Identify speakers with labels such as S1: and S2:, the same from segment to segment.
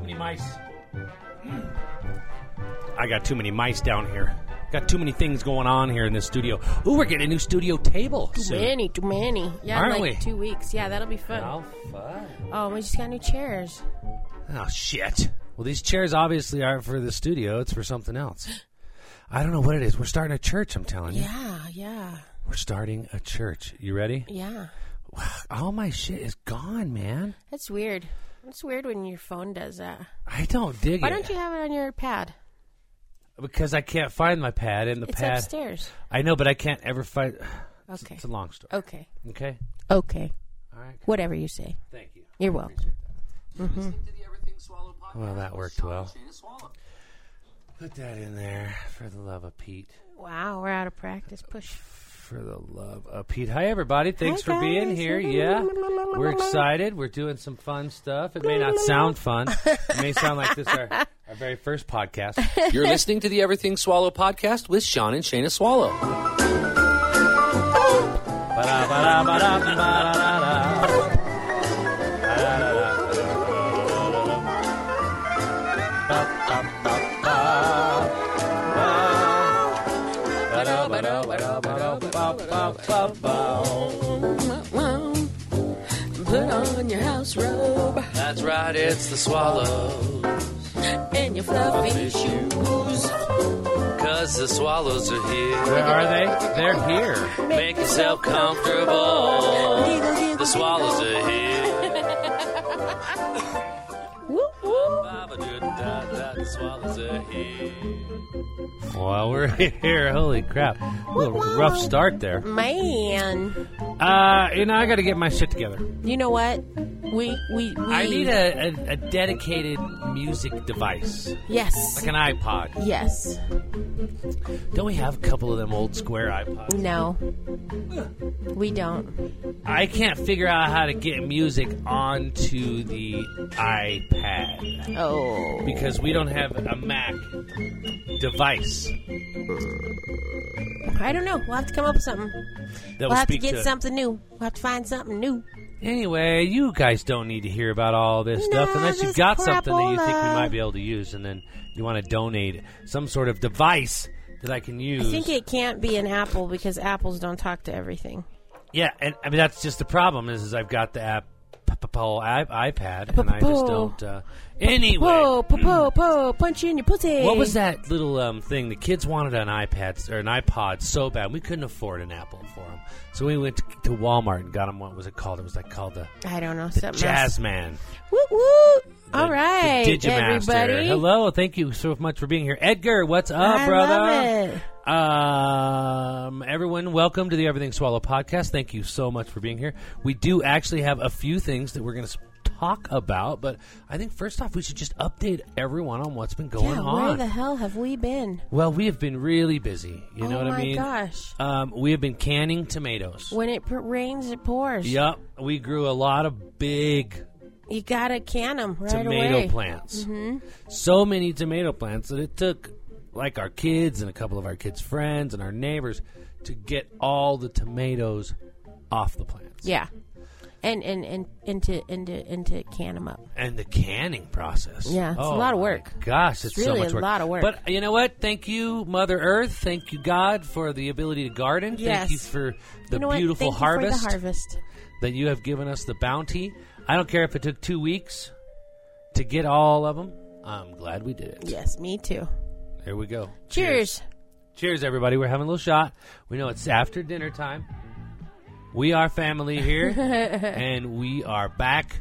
S1: many mice.
S2: Mm. I got too many mice down here. Got too many things going on here in this studio. Ooh, we're getting a new studio table.
S3: Too
S2: soon.
S3: many, too many. Yeah, in
S2: Aren't
S3: like
S2: we?
S3: two weeks. Yeah, that'll be fun.
S2: How fun.
S3: Oh, we just got new chairs.
S2: Oh shit. Well, these chairs obviously aren't for the studio. It's for something else. I don't know what it is. We're starting a church. I'm telling you,
S3: Yeah, yeah,
S2: we're starting a church. You ready?
S3: yeah.
S2: All my shit is gone, man.
S3: That's weird. That's weird when your phone does that.
S2: I don't dig
S3: Why
S2: it
S3: don't you have it on your pad?
S2: because I can't find my pad in the
S3: It's
S2: pad.
S3: upstairs.
S2: I know, but I can't ever find.
S3: Okay.
S2: It's a long story.
S3: Okay.
S2: Okay.
S3: Okay.
S2: All right.
S3: Whatever you say.
S2: Thank you.
S3: You're welcome.
S2: Well, that worked well. Put that in there for the love of Pete.
S3: Wow, we're out of practice. Push.
S2: For the love of Pete. Hi, everybody. Thanks
S3: Hi,
S2: for being
S3: guys.
S2: here. Yeah. We're excited. We're doing some fun stuff. It may not sound fun. It may sound like this our, our very first podcast. You're listening to the Everything Swallow podcast with Sean and Shayna Swallow.
S4: Put on your house robe
S2: That's right, it's the swallow.
S4: and your fluffy shoes.
S2: Cause the swallows are here. Where are they? They're here. Make yourself comfortable. The swallows are here. Well, we're here. Holy crap. A little rough start there.
S3: Man,
S2: Uh, you know, I gotta get my shit together.
S3: you know what? We we we.
S2: I need a, a, a dedicated music device,
S3: yes.
S2: like an iPod.
S3: Yes.
S2: Don't we have a couple of them old square iPods?
S3: No. We don't.
S2: I can't figure out how to get music onto the iPad
S3: Oh.
S2: because we don't have a Mac device
S3: I don't know. We'll have to come up with something.
S2: that
S3: We'll
S2: will
S3: have to
S2: speak
S3: get something new. We'll have to find something new.
S2: Anyway, you guys don't need to hear about all this stuff
S3: No,
S2: unless you've
S3: this
S2: got something that you think we
S3: crapola.
S2: might be able to use, and then you want to donate some sort of device that I can use.
S3: I think it can't be an apple because apples don't talk to everything.
S2: yeah, and I mean that's just the problem is, is I've got the app. Apple i- iPad, and I just don't. Uh, anyway,
S3: Whoa, po, po, po, punch you in your pussy.
S2: Mm. what was that little um, thing? The kids wanted an iPad or an iPod so bad we couldn't afford an Apple for them. So we went to, to Walmart and got them. What was it called? It was like called the
S3: I don't know. Something else.
S2: Jazzman.
S3: Woot, woot. All
S2: the-
S3: right,
S2: the Digimaster.
S3: everybody.
S2: Hello, thank you so much for being here, Edgar. What's up,
S3: I
S2: brother?
S3: love it.
S2: Um, everyone, welcome to the Everything Swallow podcast. Thank you so much for being here. We do actually have a few things that we're going to talk about, but I think first off, we should just update everyone on what's been going
S3: Yeah, where
S2: on.
S3: the hell have we been?
S2: well, we have been really busy. You
S3: oh
S2: know what
S3: my
S2: I mean?
S3: gosh.
S2: Um, we have been canning tomatoes.
S3: When it p- rains, it pours.
S2: Yep, we grew a lot of big
S3: You gotta can them right
S2: tomato
S3: away. Mm-hmm.
S2: plants. So many tomato plants that it took like our kids and a couple of our kids' friends and our neighbors to get all the tomatoes off the plants.
S3: Yeah. And and and into into into can them up.
S2: And the canning process.
S3: Yeah, it's a
S2: Oh,
S3: lot of
S2: my
S3: work.
S2: Gosh, it's,
S3: It's really
S2: so much
S3: a
S2: work.
S3: lot of work.
S2: But you know what? Thank you, Mother Earth. Thank you, God, for the ability to garden. Thank
S3: Yes.
S2: you for the
S3: you know what?
S2: beautiful
S3: Thank you for the
S2: harvest
S3: harvest.
S2: that you have given us, the bounty. I don't care if it took two weeks to get all of them. I'm glad we did it.
S3: Yes, me too.
S2: Here we go.
S3: Cheers.
S2: Cheers, everybody. We're having a little shot. We know it's after dinner time. We are family here, and we are back.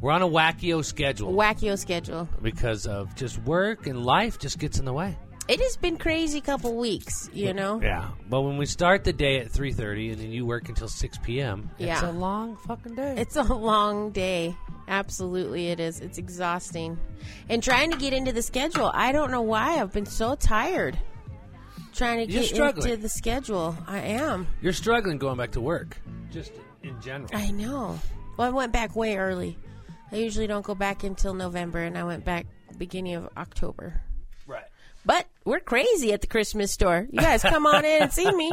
S2: We're on a wackio schedule
S3: Wackyo schedule.
S2: because of just work and life just gets in the way.
S3: It has been crazy couple weeks, you know.
S2: Yeah, but when we start the day at three thirty and then you work until six p.m., it's a
S3: Yeah.
S2: long fucking day.
S3: It's a long day. Absolutely, it is. It's exhausting. And trying to get into the schedule, I don't know why. I've been so tired trying to
S2: You're
S3: get
S2: struggling.
S3: into the schedule. I am.
S2: You're struggling going back to work, just in general.
S3: I know. Well, I went back way early. I usually don't go back until November, and I went back beginning of October.
S2: Right.
S3: But we're crazy at the Christmas store. You guys come on in and see me.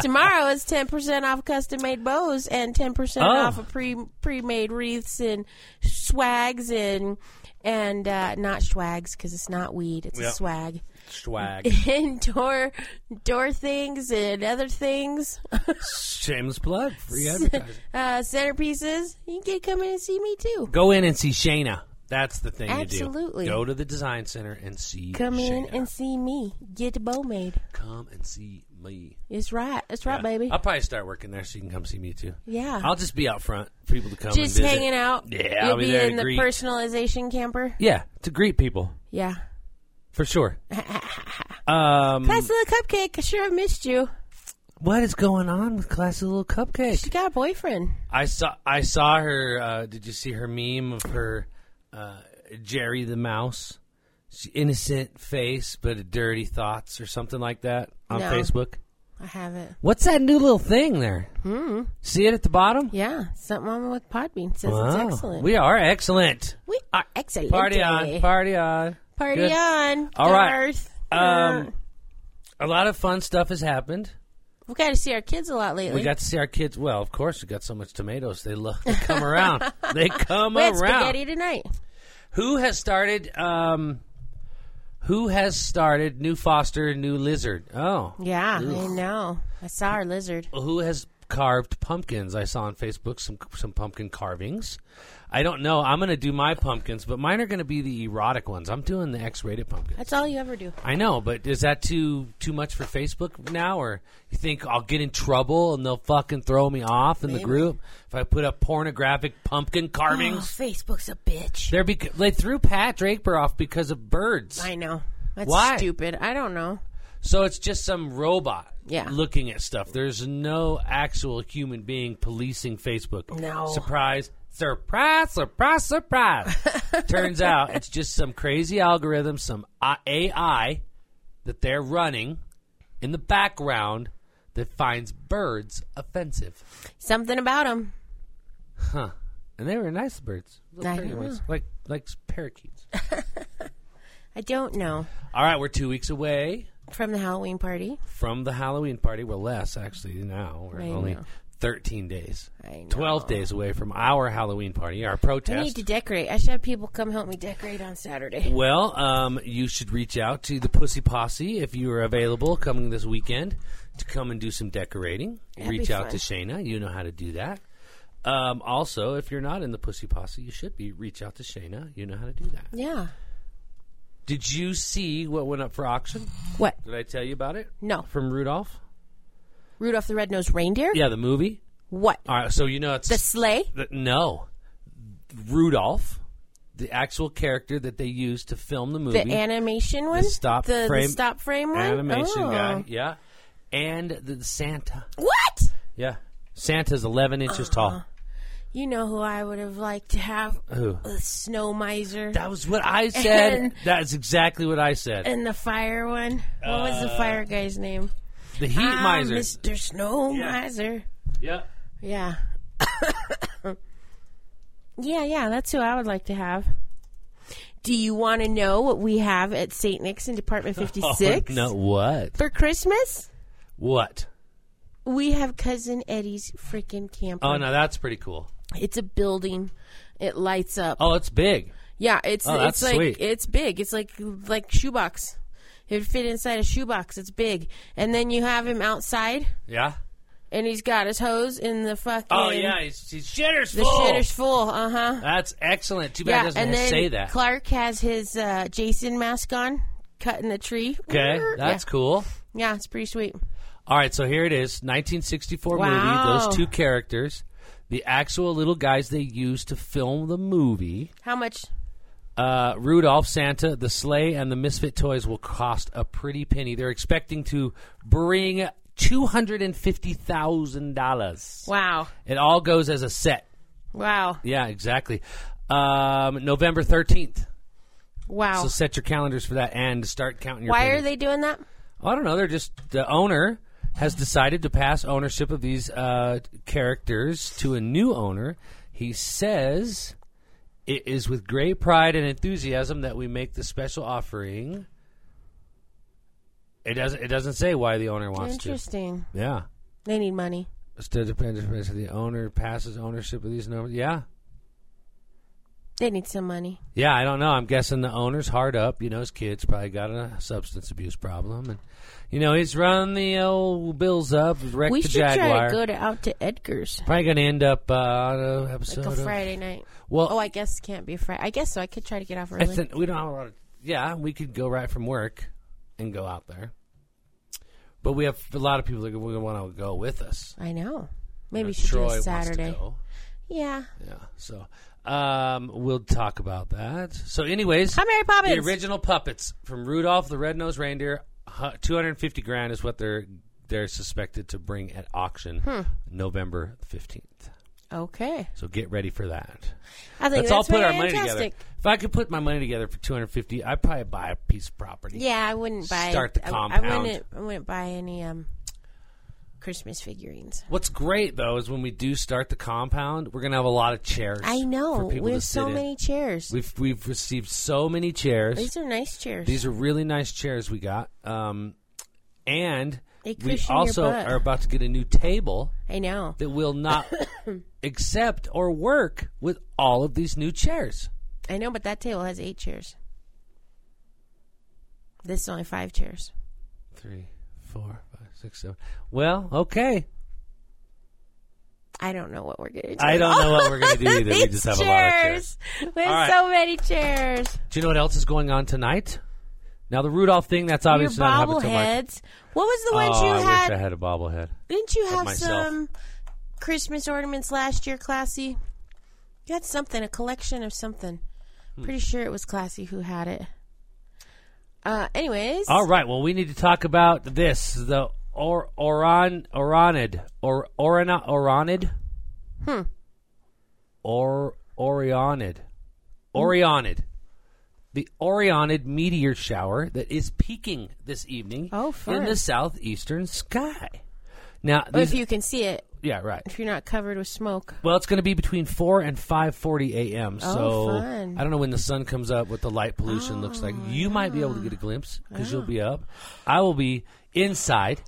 S3: Tomorrow is ten percent off custom made bows and ten percent
S2: Oh.
S3: off of pre pre made wreaths and swags and and uh, not swags because it's not weed. It's
S2: Yeah.
S3: a swag.
S2: Swag.
S3: And door door things and other things.
S2: Shameless plug. Free advertising.
S3: uh, centerpieces. You can come in and see me too.
S2: Go in and see Shayna. That's the thing
S3: Absolutely.
S2: you do. Go to the design center and see
S3: Come in
S2: Shayna.
S3: and see me. Get the bow made.
S2: Come and see me.
S3: It's right. It's right,
S2: Yeah.
S3: baby.
S2: I'll probably start working there so you can come see me too.
S3: yeah.
S2: I'll just be out front for people to come and
S3: just
S2: visit.
S3: hanging out.
S2: Yeah,
S3: You'll
S2: I'll be there
S3: in
S2: to
S3: the
S2: greet.
S3: personalization camper.
S2: Yeah, to greet people.
S3: Yeah.
S2: For sure. um,
S3: That's the cupcake. I sure have missed you.
S2: what is going on with Classy Little Cupcake?
S3: She got a boyfriend.
S2: I saw I saw her. Uh, did you see her meme of her uh, Jerry the mouse? She, innocent face, but dirty thoughts or something like that on
S3: No.
S2: Facebook.
S3: I have it.
S2: What's that new little thing there? Hmm. See it at the bottom?
S3: Yeah. Something wrong with Podbean. Says
S2: Wow.
S3: it's excellent.
S2: We are excellent.
S3: We are excellent.
S2: Party on. Party on.
S3: Party
S2: Good.
S3: on.
S2: All right.
S3: Garth. Uh,
S2: Um, A lot of fun stuff has happened.
S3: we got to see our kids a lot lately.
S2: We got to see our kids. Well, of course, we got so much tomatoes. They love. They come around. They come
S3: we had
S2: around.
S3: spaghetti tonight.
S2: Who has started? Um, who has started? New Foster, new lizard. Oh,
S3: Yeah, I know. I saw our lizard.
S2: who has carved pumpkins? I saw on Facebook some some pumpkin carvings. I don't know. I'm going to do my pumpkins, but mine are going to be the erotic ones. I'm doing the X-rated pumpkin.
S3: That's all you ever do.
S2: I know, but is that too too much for Facebook now? Or you think I'll get in trouble and they'll fucking throw me off in the group if I put up pornographic pumpkin carvings?
S3: Oh, Facebook's a bitch.
S2: They're bec- they threw Pat Draper off because of birds.
S3: I know. That's
S2: Why?
S3: stupid. I don't know.
S2: So it's just some robot
S3: Yeah.
S2: looking at stuff. There's no actual human being policing Facebook.
S3: No.
S2: Surprise, surprise, surprise, surprise. Turns out it's just some crazy algorithm, some I- AI that they're running in the background that finds birds offensive.
S3: Something about him.
S2: Huh. And they were nice birds. Little
S3: I
S2: pretty
S3: don't
S2: ones, Like, like parakeets.
S3: I don't know.
S2: All right, we're two weeks away.
S3: From the Halloween party.
S2: from the Halloween party. Well, less actually now. We're
S3: I
S2: only
S3: know.
S2: 13 days,
S3: I know.
S2: 12 days away from our Halloween party, our
S3: I
S2: protest.
S3: need to decorate. I should have people come help me decorate on Saturday.
S2: well, um, you should reach out to the Pussy Posse if you are available coming this weekend to come and do some decorating.
S3: That'd
S2: reach
S3: be
S2: out to
S3: fun.
S2: Shayna. You know how to do that. Um, also, if you're not in the Pussy Posse, you should be. Reach out to Shayna. You know how to do that.
S3: Yeah.
S2: Did you see what went up for auction?
S3: What?
S2: Did I tell you about it?
S3: No.
S2: From Rudolph?
S3: Rudolph the Red-Nosed Reindeer?
S2: Yeah, the movie.
S3: What?
S2: All right, so you know it's
S3: The sleigh?
S2: Th- no, Rudolph, the actual character that they used to film the movie,
S3: The animation one?
S2: stop
S3: the, the
S2: frame-
S3: stop frame one?
S2: animation
S3: Oh.
S2: guy, yeah, and the Santa,
S3: What?
S2: yeah, Santa's eleven inches
S3: Uh-huh.
S2: tall.
S3: You know who I would have liked to have?
S2: Who?
S3: The snow miser.
S2: That was what I said.
S3: And-
S2: That's exactly what I said.
S3: and the fire one. What was the fire guy's name?
S2: The Uh, heat
S3: Ah,
S2: miser.
S3: Mr. Snow
S2: Yeah.
S3: Miser.
S2: yeah.
S3: Yeah. yeah, yeah, that's who I would like to have. Do you want to know what we have at St. Nick's in Department 56?
S2: Oh, no. What?
S3: For Christmas,
S2: What?
S3: we have Cousin Eddie's freaking camper.
S2: Oh no, that's pretty cool.
S3: It's a building. It lights up.
S2: Oh, it's big.
S3: Yeah, it's
S2: Oh,
S3: it's
S2: that's
S3: like
S2: sweet.
S3: it's big. It's like like shoebox. It would fit inside a shoebox. It's big. And then you have him outside
S2: Yeah.
S3: and he's got his hose in the fucking
S2: Oh yeah, he's, he's shitter's
S3: The
S2: full.
S3: shitter's full, uh huh.
S2: That's excellent. Too bad it
S3: Yeah,
S2: doesn't
S3: and then
S2: say that.
S3: Clark has his uh, Jason mask on, cutting the tree.
S2: okay, that's
S3: yeah.
S2: cool.
S3: yeah, it's pretty sweet.
S2: All right, so here it is, 1964
S3: Wow.
S2: movie. Those two characters, the actual little guys they used to film the movie.
S3: How much?
S2: Uh, Rudolph, Santa, the sleigh, and the misfit toys will cost a pretty penny. They're expecting to bring two hundred and fifty thousand dollars.
S3: Wow,
S2: It all goes as a set.
S3: wow,
S2: Yeah, exactly. Um, November thirteenth.
S3: wow.
S2: So set your calendars for that and start counting your.
S3: Why
S2: pennies.
S3: are they doing that?
S2: I don't know. They're just the owner has decided to pass ownership of these uh, characters to a new owner. He says it is with great pride and enthusiasm that we make this special offering. It doesn't. It doesn't say why the owner wants to.
S3: Interesting.
S2: Yeah.
S3: They need money.
S2: Still depends if the owner passes ownership of these numbers. Yeah.
S3: They need some money.
S2: Yeah, I don't know. I'm guessing the owner's hard up. You know, his kid's probably got a substance abuse problem, and you know he's run the old bills up, wrecked
S3: we
S2: the
S3: should try
S2: Jaguar.
S3: to go to, out to Edgar's
S2: probably going to end up uh, on an
S3: like
S2: episode.
S3: a
S2: of-
S3: Friday night.
S2: Well-
S3: oh, I guess can't be Friday. I guess so. I could try to get off
S2: I
S3: early.
S2: think we don't have a lot of. Yeah, we could go right from work and go out there, but we have a lot of people that we want to go with us.
S3: I know. Maybe
S2: You know,
S3: we should
S2: Uh, Troy
S3: do a
S2: wants to
S3: Saturday.
S2: go.
S3: Yeah.
S2: Yeah. So um, we'll talk about that. So, anyways,
S3: Hi, Mary
S2: the
S3: Poppins.
S2: original puppets from Rudolph the Red-Nosed Reindeer, two hundred and fifty grand is what they're they're suspected to bring at auction
S3: Hmm.
S2: November fifteenth.
S3: okay.
S2: So get ready for that.
S3: I think
S2: Let's all
S3: that's
S2: put our money
S3: fantastic.
S2: together. If I could put my money together for two hundred fifty, I'd probably buy a piece of property.
S3: Yeah, I wouldn't buy.
S2: Start the
S3: I- I,
S2: compound.
S3: wouldn't. I wouldn't buy any um Christmas figurines.
S2: What's great though is when we do start the compound, we're gonna have a lot of chairs.
S3: I
S2: for
S3: know.
S2: people
S3: We
S2: to
S3: have
S2: sit
S3: so
S2: in.
S3: many chairs.
S2: We've we've received so many chairs.
S3: These are nice chairs.
S2: These are really nice chairs we got. Um, and
S3: They
S2: we
S3: cushion your
S2: also
S3: butt.
S2: are about to get a new table
S3: I know.
S2: that will not accept or work with all of these new chairs.
S3: I know, but that table has eight chairs. This is only five chairs.
S2: Three, four, five, six, seven. Well, okay.
S3: I don't know what we're gonna do.
S2: I don't know what we're going to do either.
S3: These
S2: We just have a lot of chairs.
S3: We have
S2: All right.
S3: so many chairs.
S2: Do you know what else is going on tonight? Now, the Rudolph thing, that's
S3: Your
S2: obviously not happening till March.
S3: bobbleheads. What was the one
S2: oh,
S3: you
S2: I
S3: had?
S2: wish I had a bobblehead.
S3: Didn't you have
S2: myself.
S3: some Christmas ornaments last year, Classy? You had something, a collection of something.
S2: Hmm.
S3: Pretty sure it was Classy who had it. Uh, anyways,
S2: All right. Well, we need to talk about this the or, oran oranid or orana oranid. Hmm. Or orionid, orionid, the orionid meteor shower that is peaking this evening
S3: Oh,
S2: in the
S3: fun.
S2: southeastern sky. Now, these,
S3: if you can see it,
S2: yeah, right.
S3: if you're not covered with smoke,
S2: Well, it's going to be between four and five forty a.m.
S3: Oh,
S2: so
S3: fun. Oh,
S2: I don't know when the sun comes up, what the light pollution looks like. You might be able to get a glimpse because you'll be up. I will be inside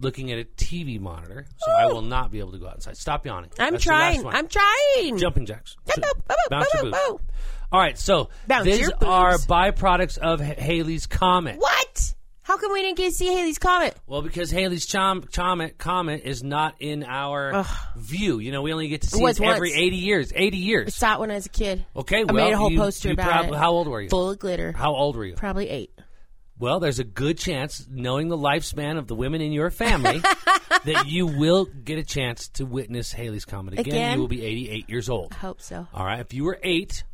S2: looking at a TV monitor, so I will not be able to go outside. Stop yawning.
S3: I'm
S2: That's the last
S3: trying.
S2: one.
S3: I'm trying.
S2: jumping jacks.
S3: Boop, boop, boop,
S2: Bounce your
S3: boop,
S2: boobs.
S3: boop.
S2: All right, so
S3: Bounce
S2: these
S3: your boobs.
S2: are byproducts of H- Haley's comet.
S3: What? How come we didn't get to see Haley's comet?
S2: Well, because Haley's chom- chom- comet is not in our view. You know, we only get to see it
S3: was
S2: every
S3: once.
S2: eighty years. Eighty years.
S3: Saw it when I was a kid.
S2: Okay,
S3: I
S2: well,
S3: made a whole
S2: you-
S3: poster
S2: you
S3: about
S2: prob-
S3: it.
S2: How old were you?
S3: Full of glitter.
S2: Oh, How old were you?
S3: Probably eight.
S2: Well, there's a good chance, knowing the lifespan of the women in your family, that you will get a chance to witness Haley's Comet again.
S3: Again?
S2: You will be 88 years old.
S3: I hope so.
S2: All right, if you were 8,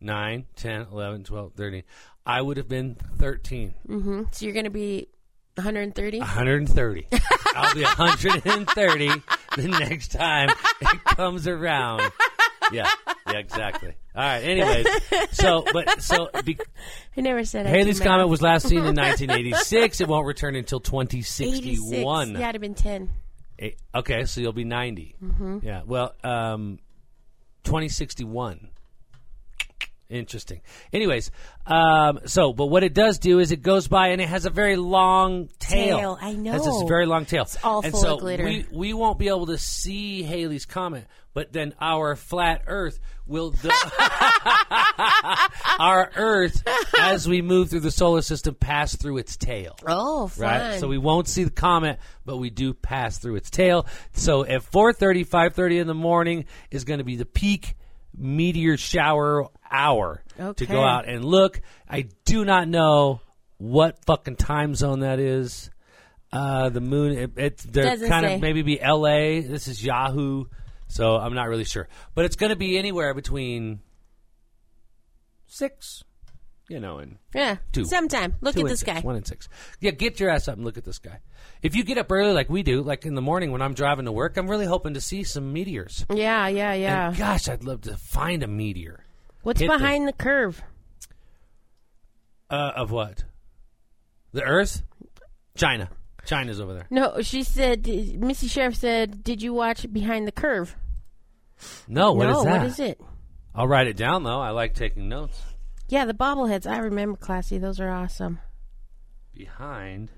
S2: 9, 10, 11, 12, 13, I would have been 13.
S3: Hmm? So you're gonna be 130.
S2: Ah. 130. I'll be 130 the next time it comes around. Yeah, yeah, exactly. All right, anyways. So, but, so, be,
S3: I never said. I do
S2: Haley's
S3: math.
S2: Comet was last seen in 1986. It won't return until
S3: 86.
S2: 2061.
S3: Yeah, it'd have been 10.
S2: Eh, Okay, so you'll be 90.
S3: Mm-hmm.
S2: Yeah. Well, um, 2061. Interesting. Anyways, um, so but what it does do is it goes by and it has a very long tail.
S3: Tail, I
S2: It has this
S3: know.
S2: very long tail. It's
S3: all
S2: and
S3: full
S2: so
S3: of glitter.
S2: We we won't be able to see Haley's comet, but then our flat Earth will. The, our Earth, as we move through the solar system, pass through its tail
S3: Oh, fun.
S2: right? So we won't see the comet, but we do pass through its tail. So at 4:30, 5:30 in the morning is going to be the peak meteor shower hour to
S3: Okay.
S2: go out and look. I do not know what fucking time zone that is. Uh, the moon, it, it's they're
S3: Doesn't
S2: kind
S3: say.
S2: of maybe be L.A. This is Yahoo, so I'm not really sure, but it's going to be anywhere between six, you know, and
S3: yeah.
S2: Two.
S3: Sometime. Look
S2: Two
S3: at
S2: and
S3: this
S2: six,
S3: guy.
S2: One and six. Yeah, get your ass up and look at this guy. If you get up early like we do, like in the morning when I'm driving to work, I'm really hoping to see some meteors.
S3: Yeah, yeah, yeah.
S2: And gosh, I'd love to find a meteor.
S3: What's
S2: hit the-
S3: behind the curve?
S2: Uh, of what? The Earth? China. China's over there.
S3: No, she said, Missy Sheriff said, did you watch Behind the Curve?
S2: No, Oh, what is
S3: no,
S2: that?
S3: what is it?
S2: I'll write it down though. I like taking notes.
S3: Yeah, the bobbleheads. I remember, Classy. Those are awesome.
S2: Behind.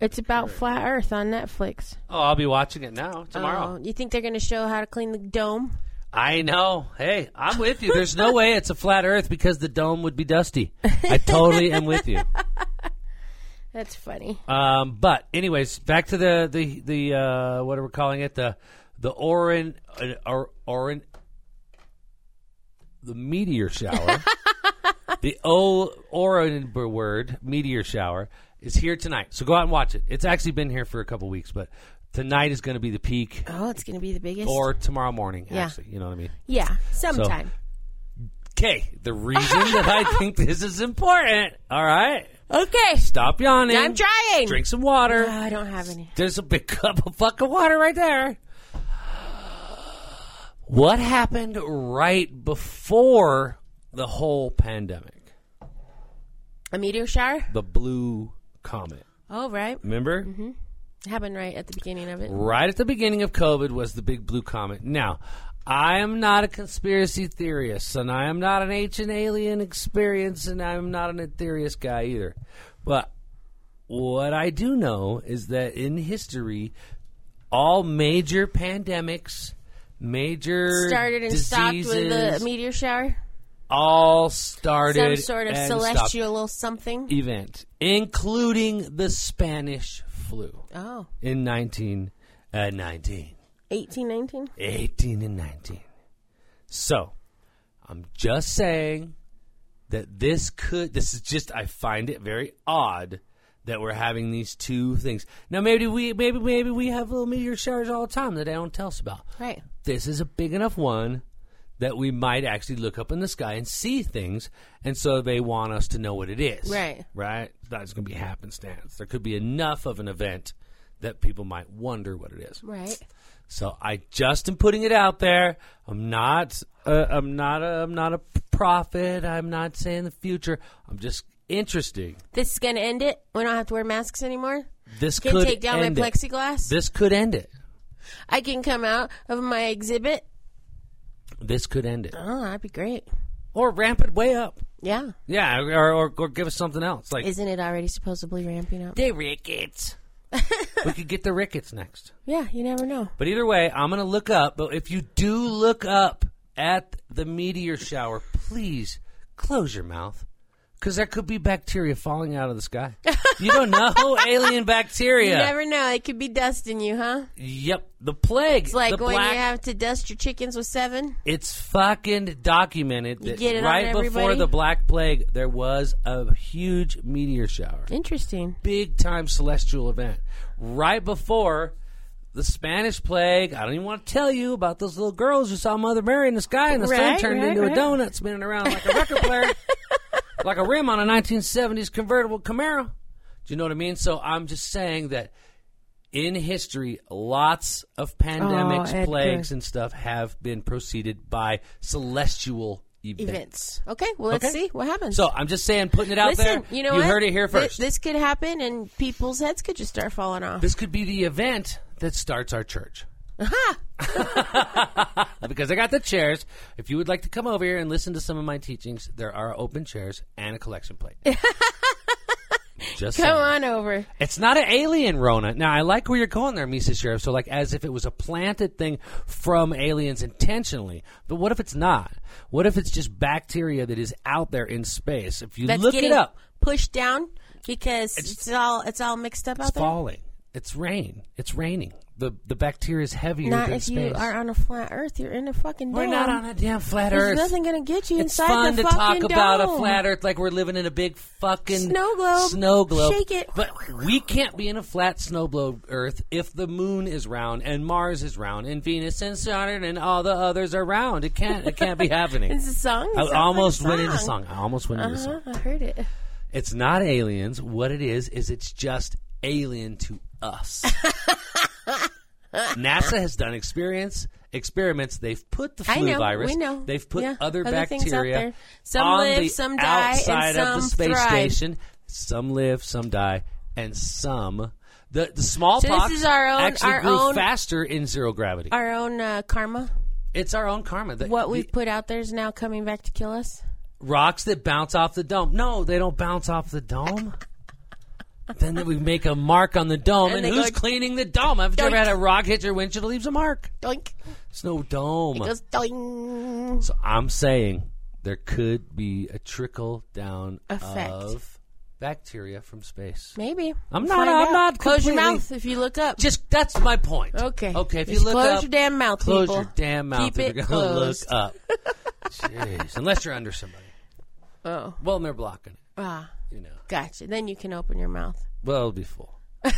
S3: It's about flat Earth on Netflix.
S2: Oh, I'll be watching it now tomorrow.
S3: Oh, you think they're going to show how to clean the dome?
S2: I know. Hey, I'm with you. There's no way it's a flat Earth because the dome would be dusty. I totally am with you.
S3: That's funny.
S2: Um, but anyways, back to the the the uh, what are we calling it? The the Orin uh, or, Orin the meteor shower. the O Orin word meteor shower is here tonight. So go out and watch it. It's actually been here for a couple weeks, but tonight is going to be the peak,
S3: Oh, it's going to be the biggest.
S2: or tomorrow morning.
S3: Yeah.
S2: Actually, you know what I mean.
S3: yeah, sometime.
S2: Okay, the reason that I think this is important. All right,
S3: okay.
S2: stop yawning.
S3: I'm trying.
S2: Drink some water.
S3: Oh, I don't have any.
S2: There's a big cup of fucking water right there. What happened right before the whole pandemic?
S3: A meteor shower?
S2: The blue comet.
S3: Oh, right.
S2: Remember?
S3: It happened right at the beginning of it.
S2: Right at the beginning of COVID was the big blue comet. Now, I am not a conspiracy theorist, and I am not an ancient alien experience, and I'm not an atheist guy either. But what I do know is that in history, all major pandemics, major
S3: Started and stopped with
S2: diseases,
S3: a meteor shower.
S2: all started
S3: Some sort of
S2: and
S3: celestial something.
S2: stopped event, including the Spanish flu
S3: Oh,
S2: in 1919. Uh, 19.
S3: 1819?
S2: 18 and 19. So, I'm just saying that this could, this is just, I find it very odd that we're having these two things. Now, maybe we, maybe, maybe we have little meteor showers all the time that they don't tell us about.
S3: Right.
S2: This is a big enough one that we might actually look up in the sky and see things, and so they want us to know what it is.
S3: Right.
S2: Right? That's going to be happenstance. There could be enough of an event that people might wonder what it is.
S3: Right.
S2: So I just am putting it out there. I'm not. Uh, I'm not. A, I'm not a prophet. I'm not saying the future. I'm just interesting.
S3: This is going to end it? We don't have to wear masks anymore?
S2: This
S3: Can
S2: could
S3: take down my
S2: end it.
S3: plexiglass?
S2: This could end it.
S3: I can come out of my exhibit?
S2: This could end it,
S3: Oh, that'd be great.
S2: or ramp it way up.
S3: Yeah.
S2: Yeah, or or, or give us something else like
S3: Isn't it already supposedly ramping up?
S2: the rickets. we could get the rickets next.
S3: Yeah, you never know.
S2: But either way, I'm going to look up. But if you do look up at the meteor shower, please close your mouth. Because there could be bacteria falling out of the sky. You don't know alien bacteria.
S3: You never know. It could be dusting you, huh?
S2: yep, the plague.
S3: It's like
S2: the
S3: when
S2: black-
S3: you have to dust your chickens with seven.
S2: It's fucking documented that
S3: get it on
S2: right before
S3: everybody?
S2: the Black Plague, there was a huge meteor shower.
S3: Interesting.
S2: big time celestial event right before the Spanish plague. I don't even want to tell you about those little girls who saw Mother Mary in the sky and the sun
S3: Right,
S2: turned
S3: right,
S2: into a
S3: right.
S2: donut spinning around like a record player, like a rim on a 1970s convertible Camaro. Do you know what I mean? So I'm just saying that in history, lots of pandemics,
S3: Oh, Edgar.
S2: plagues, and stuff have been preceded by celestial events.
S3: Events. Okay, well, let's
S2: Okay.
S3: see what happens.
S2: So I'm just saying, putting it out
S3: Listen,
S2: there.
S3: you know what?
S2: heard it here
S3: Thi-
S2: first.
S3: this could happen, and people's heads could just start falling off.
S2: This could be the event that starts our church. because I got the chairs. If you would like to come over here and listen to some of my teachings, there are open chairs and a collection plate. Just saying.
S3: Come on over.
S2: It's not an alien Rona. Now I like where you're going there, Misa Sheriff. So like as if it was a planted thing from aliens intentionally. But what if it's not? What if it's just bacteria that is out there in space? If you
S3: That's
S2: look
S3: getting
S2: it up,
S3: pushed down because it's, all it's all mixed up out
S2: it's
S3: there.
S2: falling. It's rain. It's raining. The the bacteria is heavier
S3: Not
S2: than
S3: if
S2: space.
S3: you are on a flat Earth. You're in a fucking.
S2: We're
S3: dome.
S2: not on a damn flat
S3: There's
S2: Earth.
S3: nothing gonna get you
S2: it's
S3: inside
S2: fun
S3: the
S2: to talk
S3: fucking
S2: about a
S3: dome.
S2: flat Earth like we're living in a big fucking
S3: Snow globe.
S2: Snow globe.
S3: Shake it.
S2: But we can't be in a flat snow globe Earth if the Moon is round and Mars is round and Venus and Saturn and all the others are round. It can't. It can't be happening.
S3: It's a song. It
S2: I
S3: sounds like a
S2: almost went into song. I almost went into song.
S3: Uh-huh, I heard it.
S2: It's not aliens. What it is is it's just alien to us. NASA has done experience experiments. They've put the flu
S3: I know.
S2: virus.
S3: We know.
S2: They've put
S3: Yeah,
S2: other,
S3: other things out
S2: bacteria
S3: there. Some
S2: on
S3: live,
S2: the
S3: some die, and
S2: outside of the
S3: some
S2: space
S3: thrive.
S2: station. Some live, some die, and some. The, the smallpox
S3: is our own-
S2: actually
S3: our
S2: grew
S3: own-
S2: faster in zero gravity.
S3: Our own uh, karma.
S2: it's our own karma. The-
S3: What
S2: the-
S3: we've put out there is now coming back to kill us.
S2: rocks that bounce off the dome. No, they don't bounce off the dome. then we make a mark on the dome,
S3: And
S2: and,
S3: they
S2: who's
S3: go like,
S2: cleaning the dome? I've never
S3: "Doink."
S2: had a rock hit your windshield that leaves a mark.
S3: Doink.
S2: It's no dome.
S3: It goes doing.
S2: So I'm saying there could be a trickle down
S3: Effect.
S2: of bacteria from space.
S3: Maybe.
S2: I'm not-
S3: We'll find
S2: I'm
S3: out.
S2: not
S3: Close your
S2: completely-
S3: mouth if you look up.
S2: Just that's my point.
S3: okay.
S2: Okay. If
S3: Just
S2: you look
S3: close
S2: up,
S3: your damn mouth,
S2: close
S3: people.
S2: your damn mouth. if
S3: Keep it
S2: you're gonna
S3: closed.
S2: look up. Jeez. Unless you're under somebody.
S3: Oh.
S2: Well, they're blocking it.
S3: Ah.
S2: You know.
S3: Gotcha. Then you can open your mouth.
S2: Well, it'll be full. um,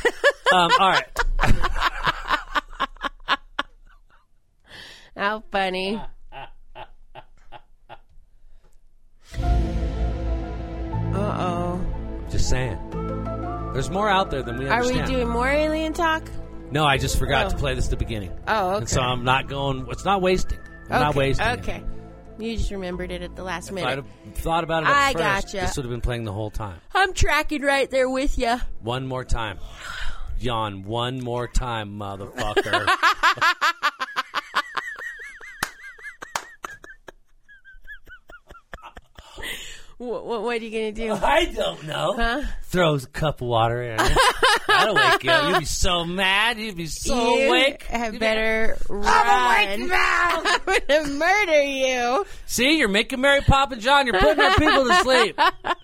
S2: all right.
S3: How funny. Uh oh.
S2: Just saying. There's more out there than we
S3: Are
S2: understand.
S3: we doing more alien talk?
S2: No, I just forgot to
S3: Oh.
S2: play this at the beginning.
S3: Oh, okay.
S2: And so I'm not going. It's not wasting. I'm not
S3: okay.
S2: wasting. it.
S3: Okay. You just remembered it at the last
S2: If I'd
S3: minute.
S2: have thought about it at
S3: I
S2: first,
S3: gotcha.
S2: this would have been playing the whole time.
S3: I'm tracking right there with you.
S2: One more time. Yawn one more time, motherfucker.
S3: What, what, what are you going to do?
S2: I don't know.
S3: Huh?
S2: Throws a cup of water in. it. That'll wake you up. You'd be so mad. You'd be so
S3: you
S2: awake.
S3: Have
S2: You'd be-
S3: better run.
S2: I'm awake now.
S3: I'm going to murder you.
S2: See, you're making Mary Pop and John. You're putting our people to sleep.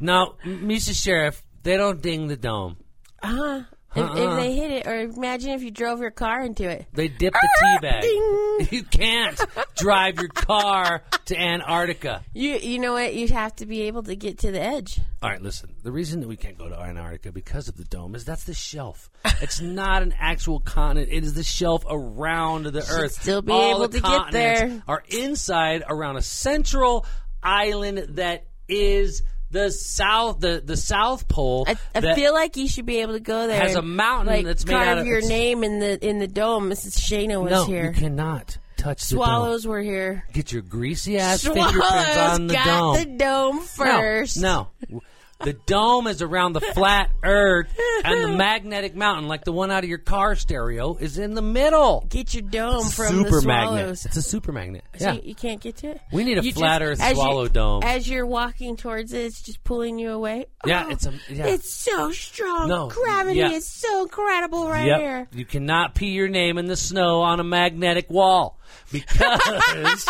S2: No, M- Mr. Sheriff, they don't ding the dome.
S3: Uh-huh. If,
S2: Uh-uh.
S3: if they hit it, or imagine if you drove your car into it.
S2: They dip the tea bag.
S3: Ah, Ding.
S2: You can't drive your car to Antarctica.
S3: You you know what? You'd have to be able to get to the edge.
S2: All right, listen. The reason that we can't go to Antarctica because of the dome is that's the shelf. It's not an actual continent. It is the shelf around the Earth.
S3: still be
S2: All
S3: able
S2: the
S3: to get
S2: continents
S3: there.
S2: Are inside around a central island that is the south the the South Pole.
S3: I, I
S2: that-
S3: feel like you should be able to go there.
S2: Has
S3: and,
S2: a mountain
S3: like,
S2: that's made
S3: carve
S2: out of-
S3: your name in the in the dome. Mrs. Shana was
S2: no,
S3: here.
S2: you cannot touch the dome.
S3: Swallows were here.
S2: Get your greasy ass
S3: Swallows
S2: fingerprints on the
S3: got
S2: dome.
S3: the dome first.
S2: No, no. The dome is around the flat earth, and the magnetic mountain, like the one out of your car stereo, is in the middle.
S3: Get your dome from the
S2: super magnet.
S3: swallows.
S2: It's a super magnet.
S3: So
S2: Yeah.
S3: you, you can't get to it.
S2: We need a
S3: You
S2: flat Earth
S3: as you-
S2: swallow dome.
S3: As you're walking towards it, it's just pulling you away.
S2: Yeah,
S3: Oh,
S2: it's a- yeah.
S3: It's so strong.
S2: No,
S3: Gravity
S2: yeah.
S3: is so incredible right
S2: yep.
S3: here.
S2: You cannot pee your name in the snow on a magnetic wall because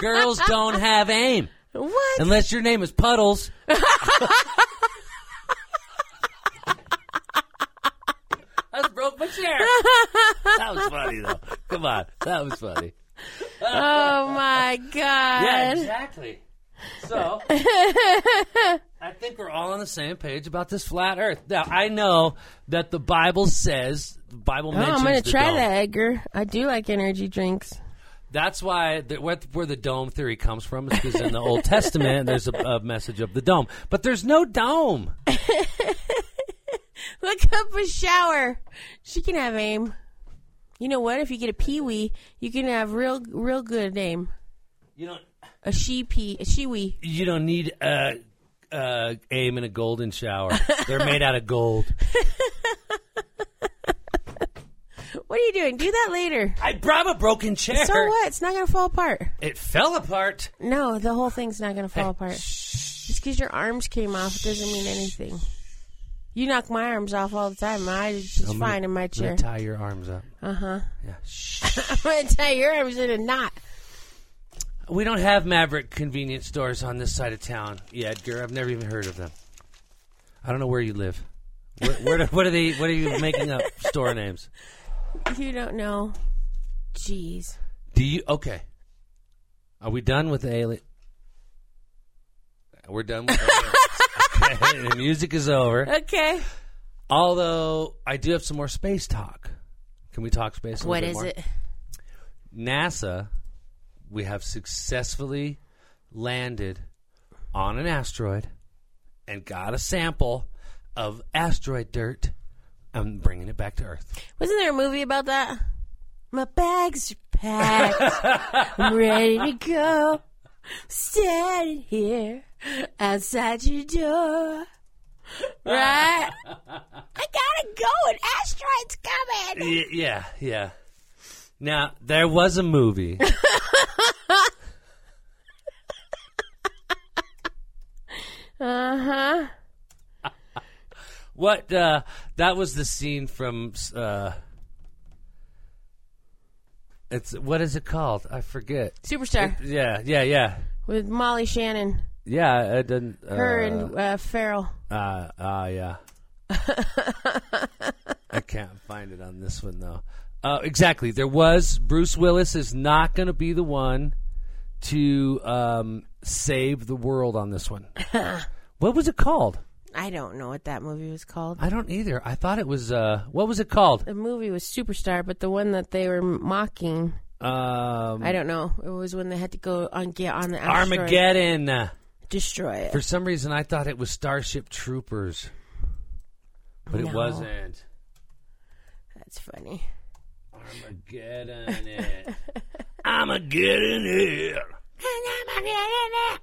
S2: girls don't have aim
S3: What?
S2: unless your name is Puddles. That's broke my chair. That was funny though. Come on, that was funny.
S3: Oh my god.
S2: Yeah, exactly. So I think we're all on the same page about this flat Earth. Now I know that the Bible says the Bible
S3: Oh,
S2: mentions.
S3: I'm gonna
S2: the
S3: try
S2: dome.
S3: that, Edgar. I do like energy drinks.
S2: That's why the, where, where the dome theory comes from is because in the Old Testament there's a, a message of the dome, but there's no dome.
S3: Look up a shower. She can have aim. You know what? If you get a peewee, you can have real, real good aim.
S2: You don't.
S3: A she pee, a she wee.
S2: You don't need a uh, aim in a golden shower. They're made out of gold.
S3: What are you doing? Do that later.
S2: I brought a broken chair.
S3: So what? It's not gonna fall apart.
S2: It fell apart.
S3: No, the whole thing's not gonna fall apart. Just because your arms came off doesn't mean anything. You knock my arms off all the time. I just
S2: I'm gonna-
S3: fine in my
S2: I'm gonna
S3: chair.
S2: tie your arms up.
S3: Uh huh.
S2: Yeah. Shh.
S3: I'm gonna tie your arms in a knot.
S2: We don't have Maverick convenience stores on this side of town, yeah, Edgar. I've never even heard of them. I don't know where you live. Where, where do, what are they? What are you making up store names?
S3: You don't know. Jeez.
S2: Do you? Okay. Are we done with the alien? We're done with the aliens. Okay, the music is over.
S3: Okay.
S2: Although I do have some more space talk. Can we talk space? A little
S3: What
S2: bit
S3: is
S2: more?
S3: it?
S2: NASA, we have successfully landed on an asteroid and got a sample of asteroid dirt. I'm bringing it back to Earth.
S3: Wasn't there a movie about that? My bags are packed. I'm ready to go. Standing here outside your door. Right? I gotta go. An asteroid's coming.
S2: Y- yeah, yeah. Now, there was a movie.
S3: Uh-huh. Uh huh.
S2: What? Uh, that was the scene from. Uh, it's what is it called? I forget.
S3: Superstar
S2: Yeah, yeah, yeah,
S3: with Molly Shannon,
S2: yeah. It didn't. Uh,
S3: her and uh, Farrell.
S2: Ah, uh, yeah. I can't find it on this one though. Uh, exactly. There was Bruce Willis is not going to be the one to um, save the world on this one. what was it called?
S3: I don't know what that movie was called.
S2: I don't either. I thought it was. Uh, what was it called?
S3: The movie was Superstar, but the one that they were mocking,
S2: Um,
S3: I don't know. It was when they had to go on get on the asteroid,
S2: Armageddon.
S3: destroy it.
S2: For some reason, I thought it was Starship Troopers, but it
S3: No.
S2: wasn't.
S3: That's funny.
S2: Armageddon it. Armageddon it.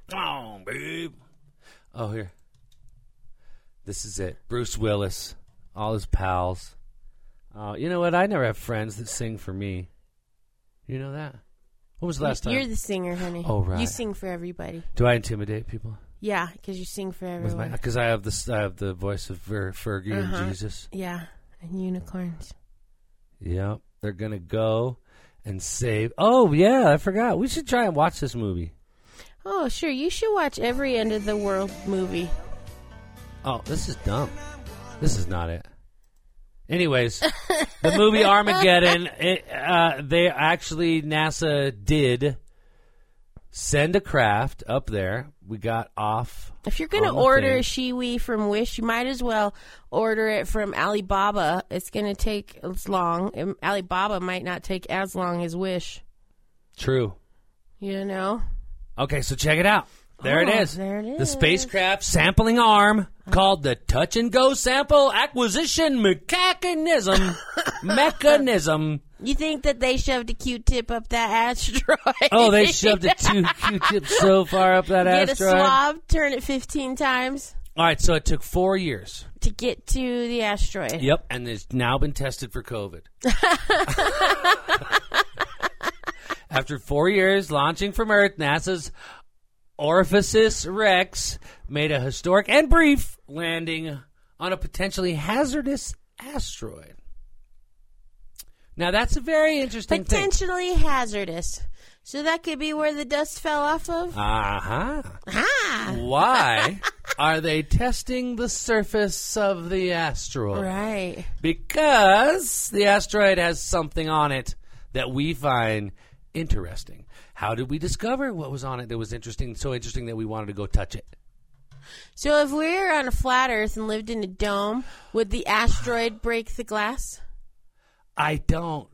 S2: Come on, babe. Oh, here. This is it. Bruce Willis, all his pals. Oh, you know what? I never have friends that sing for me. You know that? What was the last
S3: You're
S2: time?
S3: the singer, honey.
S2: Oh, right.
S3: You sing for everybody.
S2: Do I intimidate people?
S3: Yeah, because you sing for
S2: With my
S3: everyone.
S2: because I have this I have the voice of Ver, Fergie
S3: Uh-huh.
S2: and Jesus.
S3: yeah, and unicorns.
S2: Yep, they're gonna go and save. Oh yeah, I forgot. We should try and watch this movie.
S3: Oh, sure. You should watch every end of the world movie.
S2: Oh, this is dumb. This is not it. Anyways, the movie Armageddon. It, uh, they actually NASA did send a craft up there. We got off.
S3: If you're gonna
S2: on the
S3: order
S2: thing.
S3: shiwi from Wish, you might as well order it from Alibaba. It's gonna take as long. and Alibaba might not take as long as Wish.
S2: true.
S3: You know.
S2: Okay, so check it out. There it
S3: Oh,
S2: is.
S3: there it
S2: The
S3: is.
S2: spacecraft sampling arm called the Touch and Go Sample Acquisition Mechanism. mechanism.
S3: You think that they shoved a Q-tip up that asteroid?
S2: Oh, they shoved a two Q-tips so far up that
S3: Get
S2: asteroid.
S3: a swab, turn it 15 times
S2: All right, so it took four years.
S3: to get to the asteroid.
S2: Yep, and it's now been tested for COVID. After four years launching from Earth, NASA's Orifices Rex made a historic and brief landing on a potentially hazardous asteroid. Now that's a very interesting thing.
S3: Potentially hazardous. So that could be where the dust fell off of?
S2: Uh huh.
S3: ah!
S2: Why are they testing the surface of the asteroid?
S3: Right.
S2: because the asteroid has something on it that we find interesting. How did we discover what was on it that was interesting? So interesting that we wanted to go touch it.
S3: So if we were on a flat Earth and lived in a dome, would the asteroid break the glass?
S2: I don't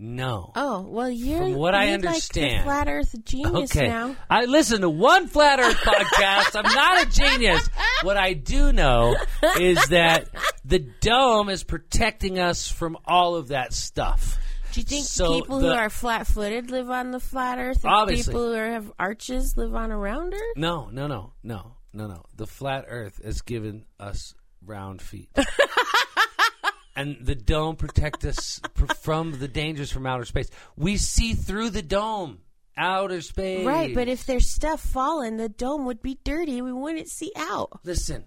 S2: know.
S3: Oh, well, you're
S2: From what I
S3: you're like
S2: understand.
S3: the flat Earth genius
S2: okay,
S3: Oh, now.
S2: I listen to one flat Earth podcast. I'm not a genius. What I do know is that the dome is protecting us from all of that stuff.
S3: Do you think
S2: So
S3: people who
S2: the-
S3: are flat-footed live on the flat Earth, and
S2: Obviously.
S3: people who are, have arches live on a round Earth?
S2: No, no, no, no, no, no. The flat Earth has given us round feet, and the dome protect us pr- from the dangers from outer space. We see through the dome, outer space.
S3: Right, but if there's stuff falling, the dome would be dirty. We wouldn't see out.
S2: listen,